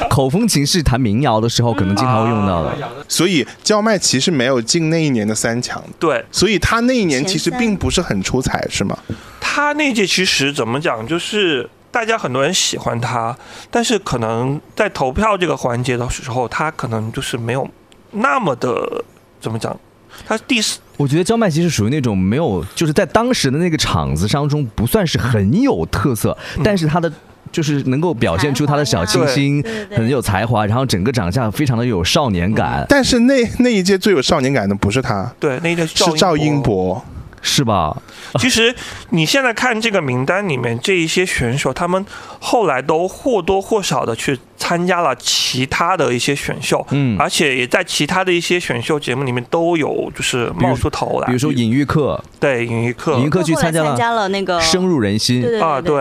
Speaker 2: 口风琴是弹民谣的时候可能经常会用到的。
Speaker 4: 所以焦麦琪是没有进那一年的三强的，
Speaker 1: 对
Speaker 4: 所以他那一年其实
Speaker 3: 前三
Speaker 4: 并不是很出彩，是吗？
Speaker 1: 他那届其实怎么讲，就是大家很多人喜欢他，但是可能在投票这个环节的时候，他可能就是没有那么的怎么讲，他第四。
Speaker 2: 我觉得焦麦琪是属于那种没有，就是在当时的那个场子当中不算是很有特色，但是他的就是能够表现出他的小清新
Speaker 8: 对对，对
Speaker 2: 很有才华，然后整个长相非常的有少年感，
Speaker 4: 但是那那一届最有少年感的不是他，
Speaker 1: 对，那个
Speaker 4: 是赵英
Speaker 1: 博。
Speaker 4: 博。
Speaker 2: 是吧？
Speaker 1: 其实你现在看这个名单里面这一些选手，他们后来都或多或少的去参加了其他的一些选秀，
Speaker 2: 嗯
Speaker 1: 而且也在其他的一些选秀节目里面都有就是冒出头来，
Speaker 2: 比如说尹玉克，
Speaker 1: 对尹一克
Speaker 2: 尹玉克去
Speaker 3: 后来
Speaker 2: 参加
Speaker 3: 参
Speaker 2: 了
Speaker 3: 加了那个
Speaker 2: 《深入人心
Speaker 3: 对》，对
Speaker 1: 啊，
Speaker 3: 对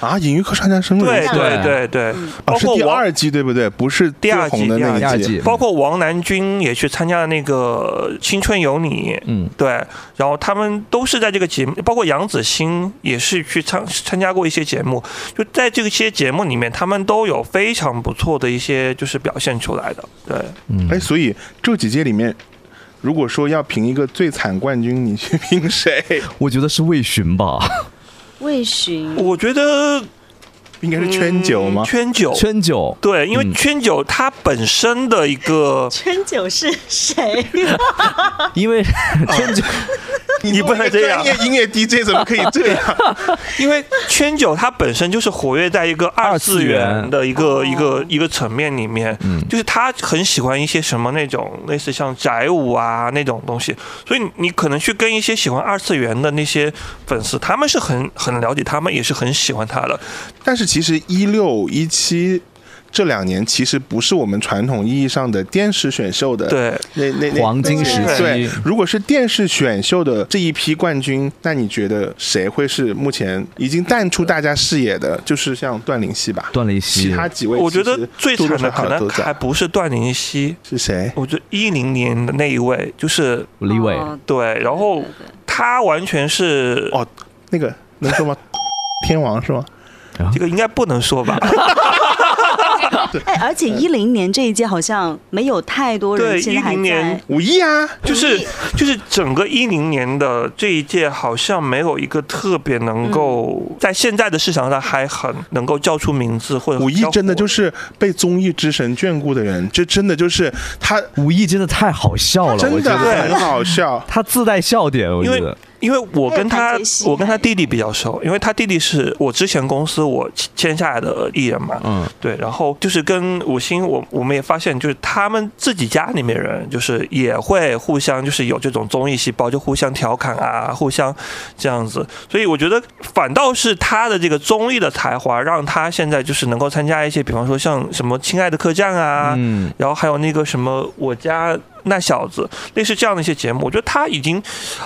Speaker 1: 对
Speaker 4: 啊，尹玉克参加生日
Speaker 1: 对
Speaker 4: 会
Speaker 1: 对对对，包
Speaker 4: 啊，是
Speaker 1: 括
Speaker 4: 第
Speaker 1: 王
Speaker 4: 二季对不对？不是
Speaker 1: 第
Speaker 4: 最
Speaker 1: 二季
Speaker 4: 红的那
Speaker 2: 第二
Speaker 4: 一
Speaker 2: 季
Speaker 4: 季。
Speaker 1: 包括王南军也去参加了那个《青春有你》，
Speaker 2: 嗯，
Speaker 1: 对，然后他们都是在这个节目，包括杨子欣也是去参参加过一些节目，就在这些节目里面，他们都有非常不错的一些就是表现出来的，对，
Speaker 4: 哎，所以这几届里面，如果说要评一个最惨冠军，你去评谁？
Speaker 2: 我觉得是魏巡吧，
Speaker 3: 魏巡
Speaker 1: 我觉得
Speaker 4: 应该是圈九吗？
Speaker 1: 嗯圈九，
Speaker 2: 圈九。
Speaker 1: 哦对，因为
Speaker 2: 嗯
Speaker 1: 圈九它本身的一个，
Speaker 3: 圈九是谁？
Speaker 2: 因为 圈九
Speaker 1: 你不能这样
Speaker 4: 你作为一个专，业音乐 DJ 怎么可以这样？
Speaker 1: 因为圈九它本身就是活跃在一个二次元嗯的一个一个一个层面里面，就是他很喜欢一些什么那种类似像宅舞啊那种东西，所以你你可能去跟一些喜欢二次元的那些粉丝，他们是很很了解，他们也是很喜欢他的，
Speaker 4: 但是其实一六一七这两年其实不是我们传统意义上的电视选秀的
Speaker 1: 对
Speaker 4: 那那那
Speaker 2: 黄金时
Speaker 1: 期
Speaker 4: 对，如果是电视选秀的这一批冠军，那你觉得谁会是目前已经淡出大家视野的？就是像段灵溪吧，
Speaker 2: 段灵溪
Speaker 4: 其他几位
Speaker 1: 我觉得
Speaker 4: 其实
Speaker 1: 最
Speaker 4: 多
Speaker 1: 惨
Speaker 4: 多
Speaker 1: 的
Speaker 4: 少
Speaker 1: 可
Speaker 4: 少
Speaker 1: 能
Speaker 4: 都
Speaker 1: 还
Speaker 4: 在。
Speaker 1: 不是段灵溪，
Speaker 4: 是谁？
Speaker 1: 我觉得一零年的那一位就是
Speaker 2: 李伟，
Speaker 3: 哦
Speaker 1: 对，然后他完全是
Speaker 4: 哦那个能说吗？ 天王是吗？
Speaker 1: 这个应该不能说吧。
Speaker 3: 哎，而且一零年这一届好像没有太多
Speaker 1: 对
Speaker 3: 人现在还
Speaker 1: 10年
Speaker 3: 在。
Speaker 4: 武艺啊，
Speaker 1: 就是就是整个一零年的这一届，好像没有一个特别能够
Speaker 4: 嗯
Speaker 1: 在现在的市场上还很能够叫出名字或者
Speaker 4: 武艺真的就是是被综艺之神眷顾的人，这真的就是他，
Speaker 2: 武艺真的太好笑了，我
Speaker 4: 真
Speaker 2: 觉
Speaker 4: 的啊
Speaker 2: 得
Speaker 4: 很好笑。
Speaker 2: 他自带笑点，我
Speaker 1: 因
Speaker 2: 觉
Speaker 1: 为
Speaker 2: 得。
Speaker 1: 因为我跟
Speaker 3: 还
Speaker 1: 他
Speaker 3: 有谭杰希
Speaker 1: 我跟他弟弟比较熟，因为他弟弟是我之前公司我签下来的艺人嘛，
Speaker 2: 嗯，
Speaker 1: 对，然后就是跟五星，我我们也发现，就是他们自己家里面人，就是也会互相就是有这种综艺细胞，就互相调侃啊，互相这样子。所以我觉得反倒是他的这个综艺的才华，让他现在就是能够参加一些，比方说像什么《亲爱的客栈》啊，
Speaker 2: 嗯，
Speaker 1: 然后还有那个什么我家。那小子，类似这样的一些节目，我觉得他已经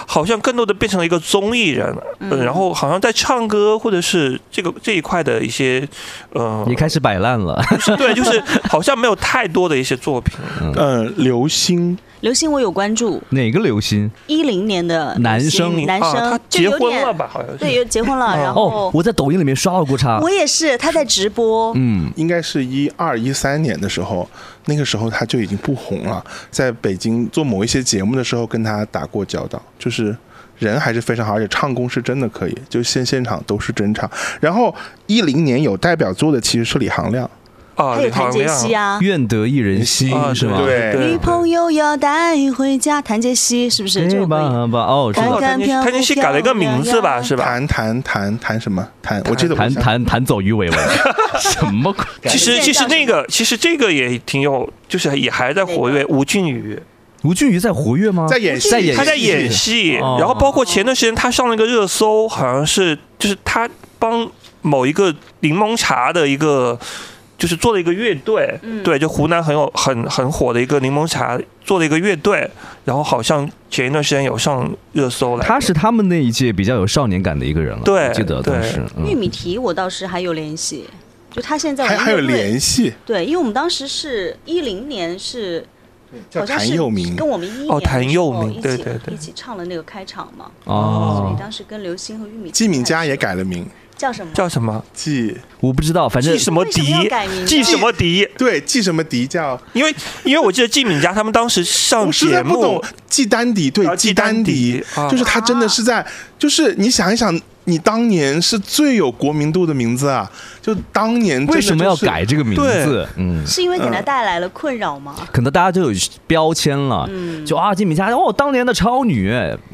Speaker 1: 好像更多的变成了一个综艺人，嗯、然后好像在唱歌或者是这个这一块的一些，呃，
Speaker 2: 你开始摆烂了，
Speaker 1: 对，就是好像没有太多的一些作品。
Speaker 4: 嗯、刘星
Speaker 3: 刘星我有关注，
Speaker 2: 哪个流星？
Speaker 3: 一零年的
Speaker 2: 男
Speaker 3: 刘星
Speaker 2: 生
Speaker 3: 男
Speaker 1: 啊，他
Speaker 3: 生就
Speaker 1: 结
Speaker 3: 有
Speaker 1: 婚
Speaker 3: 点
Speaker 1: 了吧？好像是。
Speaker 3: 对，又结婚了，然
Speaker 2: 哦
Speaker 3: 后，
Speaker 2: 我在抖音里面刷到过他
Speaker 3: 我。也是，他在直播，
Speaker 2: 嗯，
Speaker 4: 应该是一二一三年的时候，那个时候他就已经不红了，在北京做某一些节目的时候跟他打过交道，就是人还是非常好，而且唱功是真的可以，就现现场都是真唱。然后一零年有代表作的其实是李行亮，
Speaker 1: 啊，
Speaker 3: 还有
Speaker 1: 李
Speaker 3: 谭
Speaker 1: 行
Speaker 3: 杰希
Speaker 1: 亮。
Speaker 3: 啊。
Speaker 2: 愿得一人心
Speaker 1: 啊
Speaker 2: 嗯是吗？
Speaker 4: 对
Speaker 3: 女朋友要带回家，谭杰希是不是？这
Speaker 2: 哎
Speaker 3: 种歌
Speaker 2: 吧吧哦，知
Speaker 1: 不知
Speaker 2: 道
Speaker 1: 道谭
Speaker 3: 看看
Speaker 1: 杰
Speaker 3: 飘
Speaker 1: 谭杰希改了一个名字吧，
Speaker 3: 飘
Speaker 1: 是吧？
Speaker 4: 弹弹弹弹什么弹？我记得我
Speaker 2: 弹
Speaker 4: 想
Speaker 2: 弹弹走鱼 尾纹，什么鬼？
Speaker 1: 其实
Speaker 3: 改
Speaker 1: 其实
Speaker 3: 了
Speaker 1: 那个其实这个也挺有，就是也还在活跃。吴俊宇
Speaker 2: 吴俊宇在活跃吗？
Speaker 4: 在演戏
Speaker 2: 在演戏
Speaker 1: 他在演戏，
Speaker 2: 哦
Speaker 1: 然后包括前段时间他上了一个热搜，好像是就是他帮某一个柠檬茶的一个。就是做了一个乐队，
Speaker 3: 嗯
Speaker 1: 对，就湖南很有很很火的一个柠檬茶做了一个乐队，然后好像前一段时间有上热搜来着。
Speaker 2: 他是他们那一届比较有少年感的一个人了，
Speaker 1: 对
Speaker 2: 我记得当时。
Speaker 3: 玉
Speaker 2: 嗯，
Speaker 3: 米题我倒是还有联系，就他现在
Speaker 4: 还
Speaker 3: 玩
Speaker 4: 还有
Speaker 3: 乐队
Speaker 4: 联系，
Speaker 3: 对，因为我们当时是一零年是。
Speaker 4: 叫
Speaker 3: 好像是
Speaker 4: 谭佑明
Speaker 3: 跟我们一一年
Speaker 1: 哦谭
Speaker 3: 的时
Speaker 1: 佑
Speaker 3: 候
Speaker 1: 明
Speaker 3: 一
Speaker 1: 对
Speaker 3: 起
Speaker 1: 对对
Speaker 3: 一起唱了那个开场嘛，所
Speaker 2: 哦
Speaker 3: 以，当时跟刘星和玉米
Speaker 4: 季敏佳也改了名，
Speaker 3: 叫什么？
Speaker 1: 叫什么？
Speaker 4: 季
Speaker 2: 我不知道，反正
Speaker 1: 季什么
Speaker 3: 为什么
Speaker 1: 迪
Speaker 3: 要改名？呢
Speaker 1: 季什么迪？
Speaker 4: 对季什么迪叫
Speaker 1: 因为因为我记得季敏佳他们当时上
Speaker 4: 我实
Speaker 1: 哦节
Speaker 4: 在不
Speaker 1: 目
Speaker 4: 懂，季丹迪，对
Speaker 1: 啊，
Speaker 4: 季
Speaker 1: 季丹
Speaker 4: 丹
Speaker 1: 迪
Speaker 4: 迪
Speaker 1: 啊，
Speaker 4: 就是他真的是在，就是你想一想，你当年是最有国民度的名字啊，就当年真的
Speaker 2: 为什么要
Speaker 4: 就是
Speaker 2: 改这个名
Speaker 4: 对
Speaker 2: 字？嗯，
Speaker 3: 是因为给他带来了困扰吗？
Speaker 2: 可能大家就有标签了，就啊金敏佳哦，当年的超女，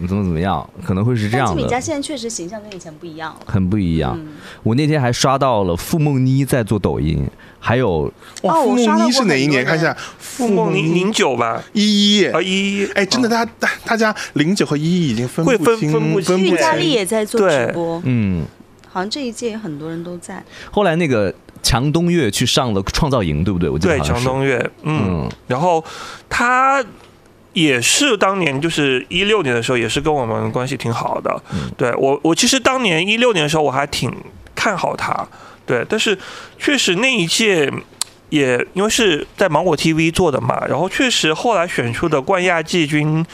Speaker 2: 怎么怎么样，可能会是这
Speaker 3: 但
Speaker 2: 样
Speaker 3: 季敏佳
Speaker 2: 的，
Speaker 3: 现在确实形象跟以前不一样了。
Speaker 2: 很不一样。我那天还刷到了傅梦妮在做抖音，还有
Speaker 4: 哇，
Speaker 3: 哦我
Speaker 4: 傅
Speaker 3: 刷
Speaker 4: 梦
Speaker 3: 到过
Speaker 4: 妮是哪一
Speaker 3: 很多哎
Speaker 4: 年？
Speaker 3: 人
Speaker 4: 看一下，
Speaker 1: 傅
Speaker 4: 傅
Speaker 1: 梦零零
Speaker 4: 妮
Speaker 1: 九吧，
Speaker 4: 一一
Speaker 1: 啊一一，
Speaker 4: 哎，真的，
Speaker 1: 啊
Speaker 4: 大家大大家零九和一一已经分
Speaker 1: 会
Speaker 4: 不
Speaker 1: 分
Speaker 4: 清
Speaker 1: 分不清
Speaker 4: 分
Speaker 1: 对
Speaker 4: 不
Speaker 3: 韵佳丽
Speaker 4: 清。
Speaker 3: 也在做直
Speaker 1: 对
Speaker 3: 播，
Speaker 2: 嗯，
Speaker 3: 好像这一届很多人都在。
Speaker 2: 后来那个强东岳去上了创造营，对不对？我记得
Speaker 1: 对
Speaker 2: 好像
Speaker 1: 强
Speaker 2: 是
Speaker 1: 东岳，嗯
Speaker 2: 嗯，
Speaker 1: 然后他。也是当年就是一六年的时候，也是跟我们关系挺好的。
Speaker 2: 嗯
Speaker 1: 对我，我其实当年一六年的时候我还挺看好他，对，但是确实那一届也因为是在芒果 TV 做的嘛，然后确实后来选出的冠亚季军，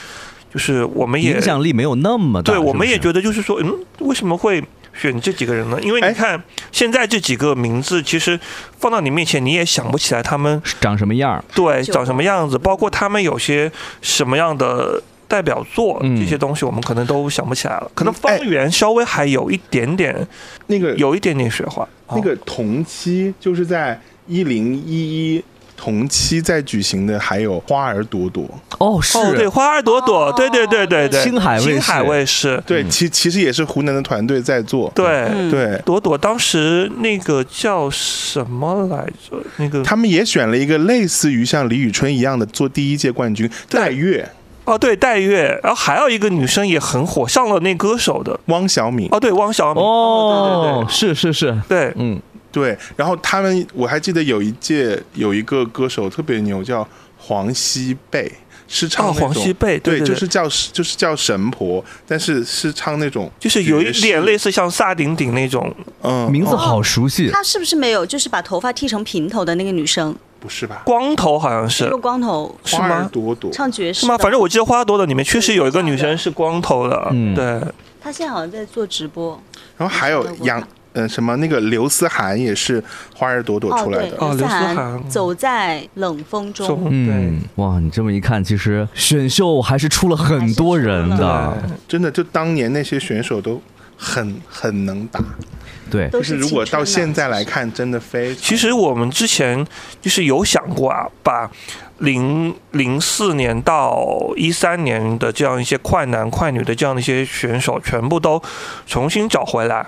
Speaker 1: 就是我们也
Speaker 2: 影响力没有那么大。
Speaker 1: 对，我
Speaker 2: 是不
Speaker 1: 们
Speaker 2: 是
Speaker 1: 也觉得就是说，嗯，为什么会选这几个人呢？因为
Speaker 4: 哎
Speaker 1: 你看现在这几个名字，其实放到你面前，你也想不起来他们
Speaker 2: 长什么样儿。
Speaker 1: 对
Speaker 3: 就嗯
Speaker 1: 长什么样子，包括他们有些什么样的。代表作
Speaker 2: 嗯
Speaker 1: 这些东西，我们可能都想不起来了。可能
Speaker 4: 哎
Speaker 1: 方圆稍微还有一点点，
Speaker 2: 哎
Speaker 4: 那个
Speaker 1: 有一点点水花。哦
Speaker 4: 那个同期就是在一零一一同期在举行的，还有花儿朵朵。
Speaker 2: 哦，是
Speaker 1: 哦，对，花儿朵朵，对对对对对，
Speaker 2: 青海卫视
Speaker 1: 青海卫视，
Speaker 4: 对，其其实也是湖南的团队在做。
Speaker 1: 对，
Speaker 3: 嗯，
Speaker 4: 对，
Speaker 1: 朵朵当时那个叫什么来着？那个
Speaker 4: 他们也选了一个类似于像李宇春一样的做第一届冠军，
Speaker 1: 对
Speaker 4: 戴月、
Speaker 1: 哦，对，戴月，然后还有一个女生也很火，上了那歌手的。
Speaker 4: 汪小敏。
Speaker 1: 哦，对，汪小敏。
Speaker 2: 哦
Speaker 1: 哦，
Speaker 2: 是是是，
Speaker 1: 对，
Speaker 2: 嗯，
Speaker 4: 对，然后他们我还记得有一届有一个歌手特别牛，叫黄西贝，是唱
Speaker 1: 哦
Speaker 4: 那种、
Speaker 1: 黄西贝对对
Speaker 4: 就
Speaker 1: 对
Speaker 4: 是叫就是叫神婆，但是是唱那种
Speaker 1: 就是有一
Speaker 4: 爵士
Speaker 1: 点类似像萨顶顶那种。
Speaker 4: 嗯
Speaker 2: 名字
Speaker 4: 哦
Speaker 2: 好熟悉。
Speaker 3: 她是不是没有就是把头发剃成平头的那个女生，
Speaker 4: 不是吧？
Speaker 1: 光头，好像
Speaker 3: 一
Speaker 1: 是
Speaker 3: 个光头，
Speaker 1: 是
Speaker 4: 花儿
Speaker 1: 吗？
Speaker 4: 朵朵
Speaker 3: 唱爵士
Speaker 1: 是吗？
Speaker 3: 的
Speaker 1: 反正我记得《花朵朵》里面确实有一个女生是光头的，
Speaker 2: 嗯
Speaker 1: 对，
Speaker 3: 她现在好像在做直播。
Speaker 4: 然后还有
Speaker 3: 我想到过
Speaker 4: 杨呃什么那个刘思涵也是花儿朵朵
Speaker 3: 哦，
Speaker 4: 出来
Speaker 3: 对，
Speaker 4: 的，
Speaker 1: 哦
Speaker 3: 刘
Speaker 1: 刘思
Speaker 3: 涵
Speaker 1: 涵
Speaker 3: 走在冷风中。
Speaker 1: 中
Speaker 2: 嗯，哇，你这么一看，其实选秀还是出了很多人
Speaker 1: 对
Speaker 2: 的。
Speaker 1: 对，
Speaker 4: 真的就当年那些选手都很很能打，
Speaker 2: 对，
Speaker 3: 都
Speaker 4: 就是
Speaker 3: 是
Speaker 4: 如果到现在来
Speaker 3: 看，
Speaker 4: 看，真的非常
Speaker 1: 其实我们之前就是有想过啊，把零零四年到一三年的这样一些快男快女的这样的一些选手，全部都重新找回来，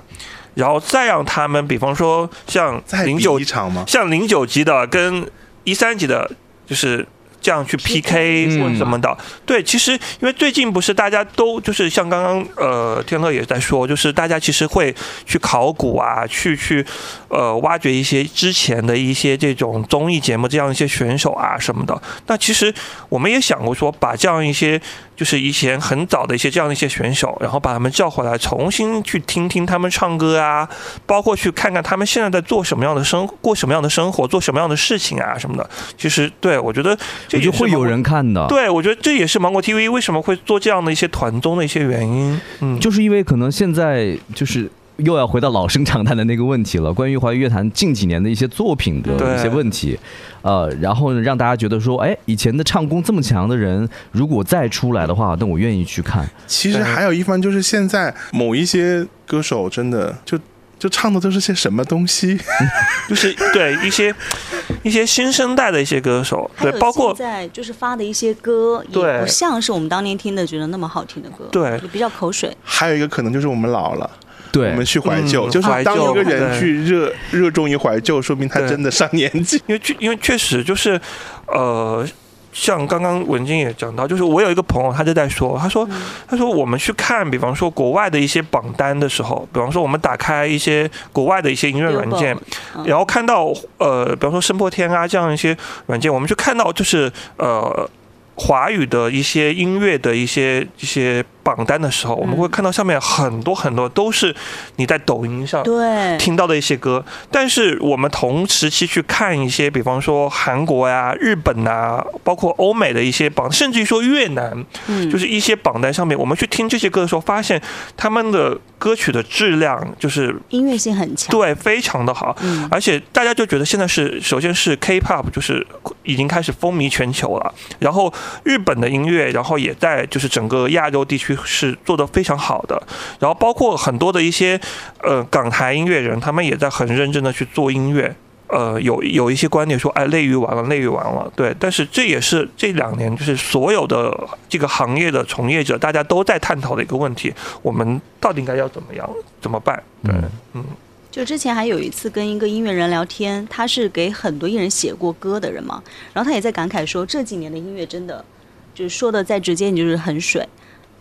Speaker 1: 然后再让他们，比方说像
Speaker 4: 再比
Speaker 1: 零九
Speaker 4: 一场吗？
Speaker 1: 像零九级的跟一三级的，就是这样去 PK
Speaker 2: 嗯
Speaker 1: 或者什么的。对，其实因为最近不是大家都就是像刚刚呃天乐也在说，就是大家其实会去考古啊，去去呃挖掘一些之前的一些这种综艺节目这样一些选手啊什么的。那其实我们也想过说，把这样一些就是以前很早的一些这样的一些选手，然后把他们叫回来，重新去听听他们唱歌啊，包括去看看他们现在在做什么样的生，过什么样的生活，做什么样的事情啊什么的。其实对我觉得这
Speaker 2: 我
Speaker 1: 也
Speaker 2: 觉得
Speaker 1: 是
Speaker 2: 会有
Speaker 1: 芒果。
Speaker 2: 人看的。
Speaker 1: 对，我觉得这也是芒果 TV 为什么会做这样的一些团综的一些原因。嗯，
Speaker 2: 就是因为可能现在就是又要回到老生常谈的那个问题了，关于华语乐坛近几年的一些作品的
Speaker 1: 对
Speaker 2: 一些问题，呃，然后呢让大家觉得说，哎，以前的唱功这么强的人，如果再出来的话，那我愿意去看。
Speaker 4: 其实
Speaker 1: 对
Speaker 4: 还有一方就是现在某一些歌手真的就就唱的都是些什么东西，
Speaker 1: 就是对一些一些新生代的一些歌手，
Speaker 3: 还
Speaker 1: 对
Speaker 3: 有，
Speaker 1: 包括
Speaker 3: 现在就是发的一些歌，也
Speaker 1: 对
Speaker 3: 不像是我们当年听的觉得那么好听的歌，
Speaker 1: 对
Speaker 3: 也比较口水。
Speaker 4: 还有一个可能就是我们老了，我
Speaker 2: 对
Speaker 4: 们，去怀旧，
Speaker 1: 嗯
Speaker 4: 就是
Speaker 1: 怀
Speaker 4: 当一
Speaker 1: 旧
Speaker 4: 个人
Speaker 1: 对
Speaker 4: 去热热衷于怀旧，说明他
Speaker 1: 对
Speaker 4: 真的上年纪。
Speaker 1: 因为确因为确实就是，呃，像刚刚文静也讲到，就是我有一个朋友，他就在说，他说、
Speaker 3: 嗯
Speaker 1: 他说我们去看，比方说国外的一些榜单的时候，比方说我们打开一些国外的一些音乐软件
Speaker 3: Billboard，嗯
Speaker 1: 然后看到呃，比方说声波天啊这样一些软件，我们去看到就是呃。华语的一些音乐的一些一些榜单的时
Speaker 3: 嗯
Speaker 1: 候，我们会看到上面很多很多都是你在抖音上
Speaker 3: 对，
Speaker 1: 听到的一些歌，但是我们同时期去看一些，比方说韩国呀、日本呐、啊包括欧美的一些榜，甚至于说越南，
Speaker 3: 嗯
Speaker 1: 就是一些榜单上面，我们去听这些歌的时候，发现他们的歌曲的质量就是
Speaker 3: 音乐性很强。
Speaker 1: 对非常的好，
Speaker 3: 嗯
Speaker 1: 而且大家就觉得现在是首先是 K-pop，就是已经开始风靡全球了。然后日本的音乐，然后也在就是整个亚洲地区是做得非常好的。然后包括很多的一些呃港台音乐人，他们也在很认真的去做音乐。呃，有有一些观点说，哎，内娱完了，内娱完了，对。但是这也是这两年就是所有的这个行业的从业者，大家都在探讨的一个问题：我们到底应该要怎么样，怎么办？
Speaker 2: 对，
Speaker 10: 就之前还有一次跟一个音乐人聊天，他是给很多艺人写过歌的人嘛，然后他也在感慨说，这几年的音乐真的，就是说的再直接，你就是很水，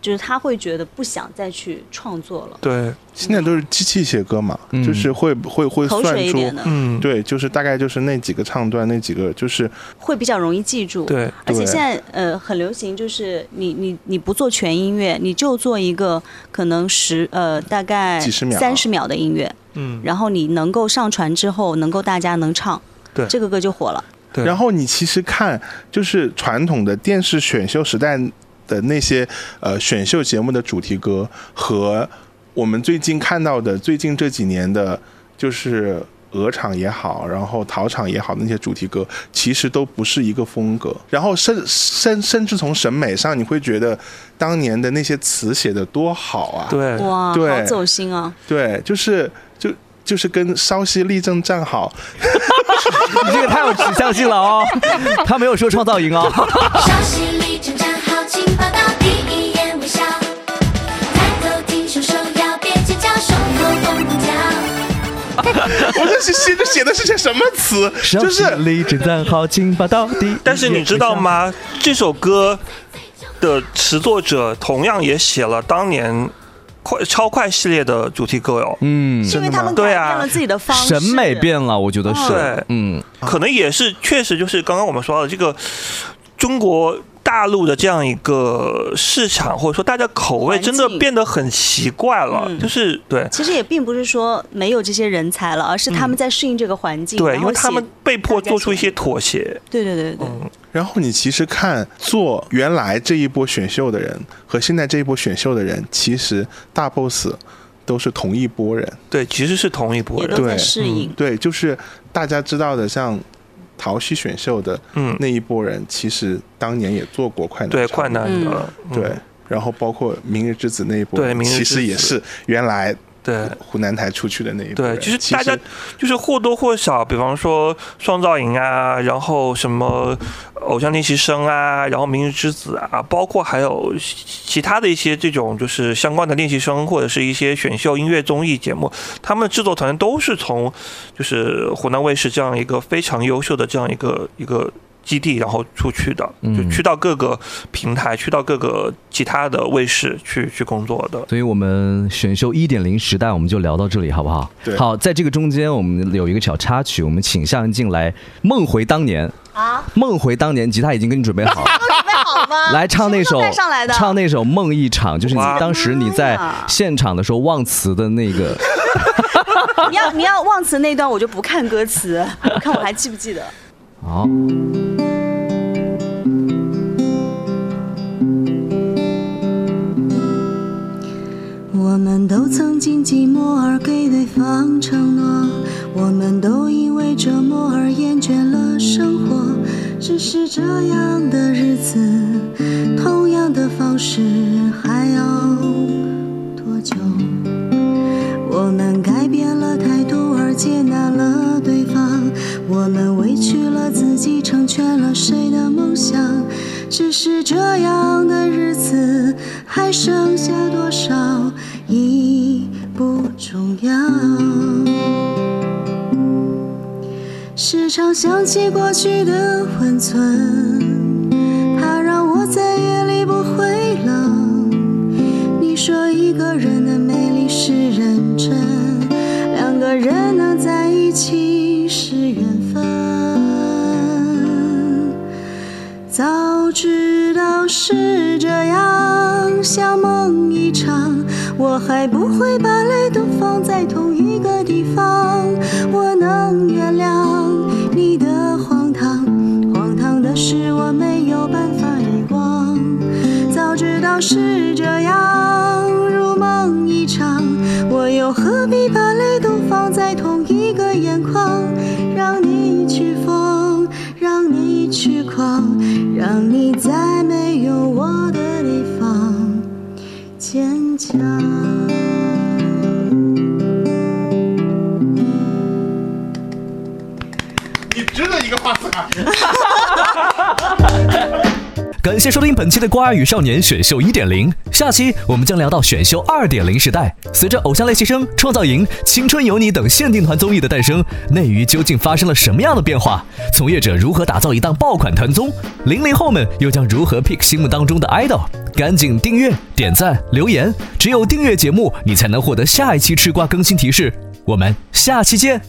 Speaker 10: 就是他会觉得不想再去创作了，
Speaker 1: 对，
Speaker 4: 现在都是机器写歌嘛，
Speaker 2: 嗯
Speaker 4: 就是会会会
Speaker 10: 口
Speaker 4: 算
Speaker 10: 水一
Speaker 4: 出
Speaker 10: 点，的，
Speaker 1: 嗯，
Speaker 4: 对，就是大概就是那几个唱段，那几个就是
Speaker 10: 会比较容易记住。
Speaker 1: 对，
Speaker 10: 而且
Speaker 4: 对
Speaker 10: 现在呃很流行，就是你你你不做全音乐，你就做一个可能十呃大概
Speaker 4: 几十秒
Speaker 10: 三十秒的音乐，
Speaker 1: 嗯，
Speaker 10: 然后你能够上传之后，能够大家能唱，
Speaker 1: 对
Speaker 10: 这个歌就火了。
Speaker 1: 对
Speaker 4: 然后你其实看，就是传统的电视选秀时代的那些呃选秀节目的主题歌和我们最近看到的最近这几年的，就是鹅厂也好，然后陶厂也好，那些主题歌其实都不是一个风格。然后甚甚甚至从审美上，你会觉得当年的那些词写的多好啊！
Speaker 1: 对，
Speaker 10: 哇，
Speaker 4: 对
Speaker 10: 好走心啊！
Speaker 4: 对，就是就就是跟稍息立正站好，
Speaker 2: 你这个太有指向性 了哦。他没有说创造营哦，
Speaker 5: 稍息立正站好，请报到第一眼微笑。抬头挺胸，手要别尖叫，胸口绷紧跳。
Speaker 4: 我这写这写的是些什么词？ 就是
Speaker 2: 立正站好，请把到底。
Speaker 1: 但是你知道？吗？这首歌的词作者同样也写了当年快超快系列的主题歌哦哟，
Speaker 2: 嗯，
Speaker 10: 是因为他们改
Speaker 1: 对
Speaker 10: 变
Speaker 1: 啊
Speaker 10: 了自己的方式，
Speaker 2: 审美变了，我觉得是
Speaker 1: 对。
Speaker 2: 嗯，
Speaker 1: 可能也是确实就是刚刚我们说到的这个中国。大陆的这样一个市场，或者说大家口味
Speaker 10: 环境
Speaker 1: 真的变得很奇怪了，
Speaker 10: 嗯
Speaker 1: 就是对
Speaker 10: 其实也并不是说没有这些人才了，而是他们在适应这个环境，
Speaker 1: 对，
Speaker 10: 然
Speaker 1: 因
Speaker 10: 后
Speaker 1: 为他们
Speaker 10: 写
Speaker 1: 被迫做出一些妥协，
Speaker 10: 对对对对，
Speaker 1: 嗯
Speaker 4: 然后你其实看做原来这一波选秀的人和现在这一波选秀的人，其实大 boss 都是同一波人。
Speaker 1: 对，其实是同一波
Speaker 10: 也
Speaker 1: 人
Speaker 10: 都，在
Speaker 4: 对
Speaker 10: 适应。
Speaker 1: 嗯
Speaker 4: 对，就是大家知道的，像淘系选秀的
Speaker 1: 嗯，
Speaker 4: 那一波人，其实当年也做过快男，
Speaker 1: 对，快男的，嗯
Speaker 4: 对。然后包括《明日之子》那一波，
Speaker 1: 对明日之子
Speaker 4: 其实也是原来
Speaker 1: 对
Speaker 4: 湖南台出去的那一波
Speaker 1: 对，
Speaker 4: 人。
Speaker 1: 就是
Speaker 4: 其
Speaker 1: 大
Speaker 4: 实
Speaker 1: 家就是或多或少，比方说创造营啊，然后什么偶像练习生啊，然后明日之子啊，包括还有其他的一些这种就是相关的练习生或者是一些选秀音乐综艺节目，他们的制作团队都是从就是湖南卫视这样一个非常优秀的这样一个一个。基地，然后出去的，就
Speaker 2: 嗯
Speaker 1: 去到各个平台，去到各个其他的卫视去去工作的。
Speaker 2: 所以我们选秀一点零时代我们就聊到这里，好不好？
Speaker 4: 对
Speaker 2: 好，在这个中间我们有一个小插曲，我们请向恩进来梦回当年啊，梦回当年，吉他已经给你准备 好了。
Speaker 11: 好吗？
Speaker 2: 来唱那
Speaker 11: 什
Speaker 2: 首
Speaker 11: 么时候带上来的，
Speaker 2: 唱那首《梦一场》，就是你
Speaker 1: 哇
Speaker 2: 当时你在现场的时候忘词的那个。
Speaker 10: 你要你要忘词那段，我就不看歌词， 我看我还记不记得。
Speaker 2: 好，
Speaker 3: 我们都曾经寂寞而给对方承诺，我们都因为折磨而厌倦了生活。只是这样的日子，同样的方式，还要多久？我们改变了态度而接纳了对方，我们委屈了自己，成全了谁的梦想？只是这样的日子还剩下多少，已不重要。时常想起过去的温存，它让我在夜里不会冷。你说一个人的美丽是认真，两个人能在一起是缘分。早知道是这样，像梦一场，我还不会把泪都放在同一个地方。我能原谅你的荒唐，荒唐的是我没有办法遗忘。早知道是这样，如梦一场，我又何必把泪都放在同一个眼眶？让你去疯，让你去。况，让你在没有我的地方坚强。
Speaker 12: 你值得一个画册。
Speaker 2: 感谢收听本期的《瓜儿与少年选秀一点零》，下期我们将聊到选秀二点零时代。随着《偶像练习生》《创造营》《青春有你》等限定团综艺的诞生，内娱究竟发生了什么样的变化？从业者如何打造一档爆款团综？零零后们又将如何 pick 心目当中的 idol？赶紧订阅、点赞、留言！只有订阅节目，你才能获得下一期吃瓜更新提示。我们下期见。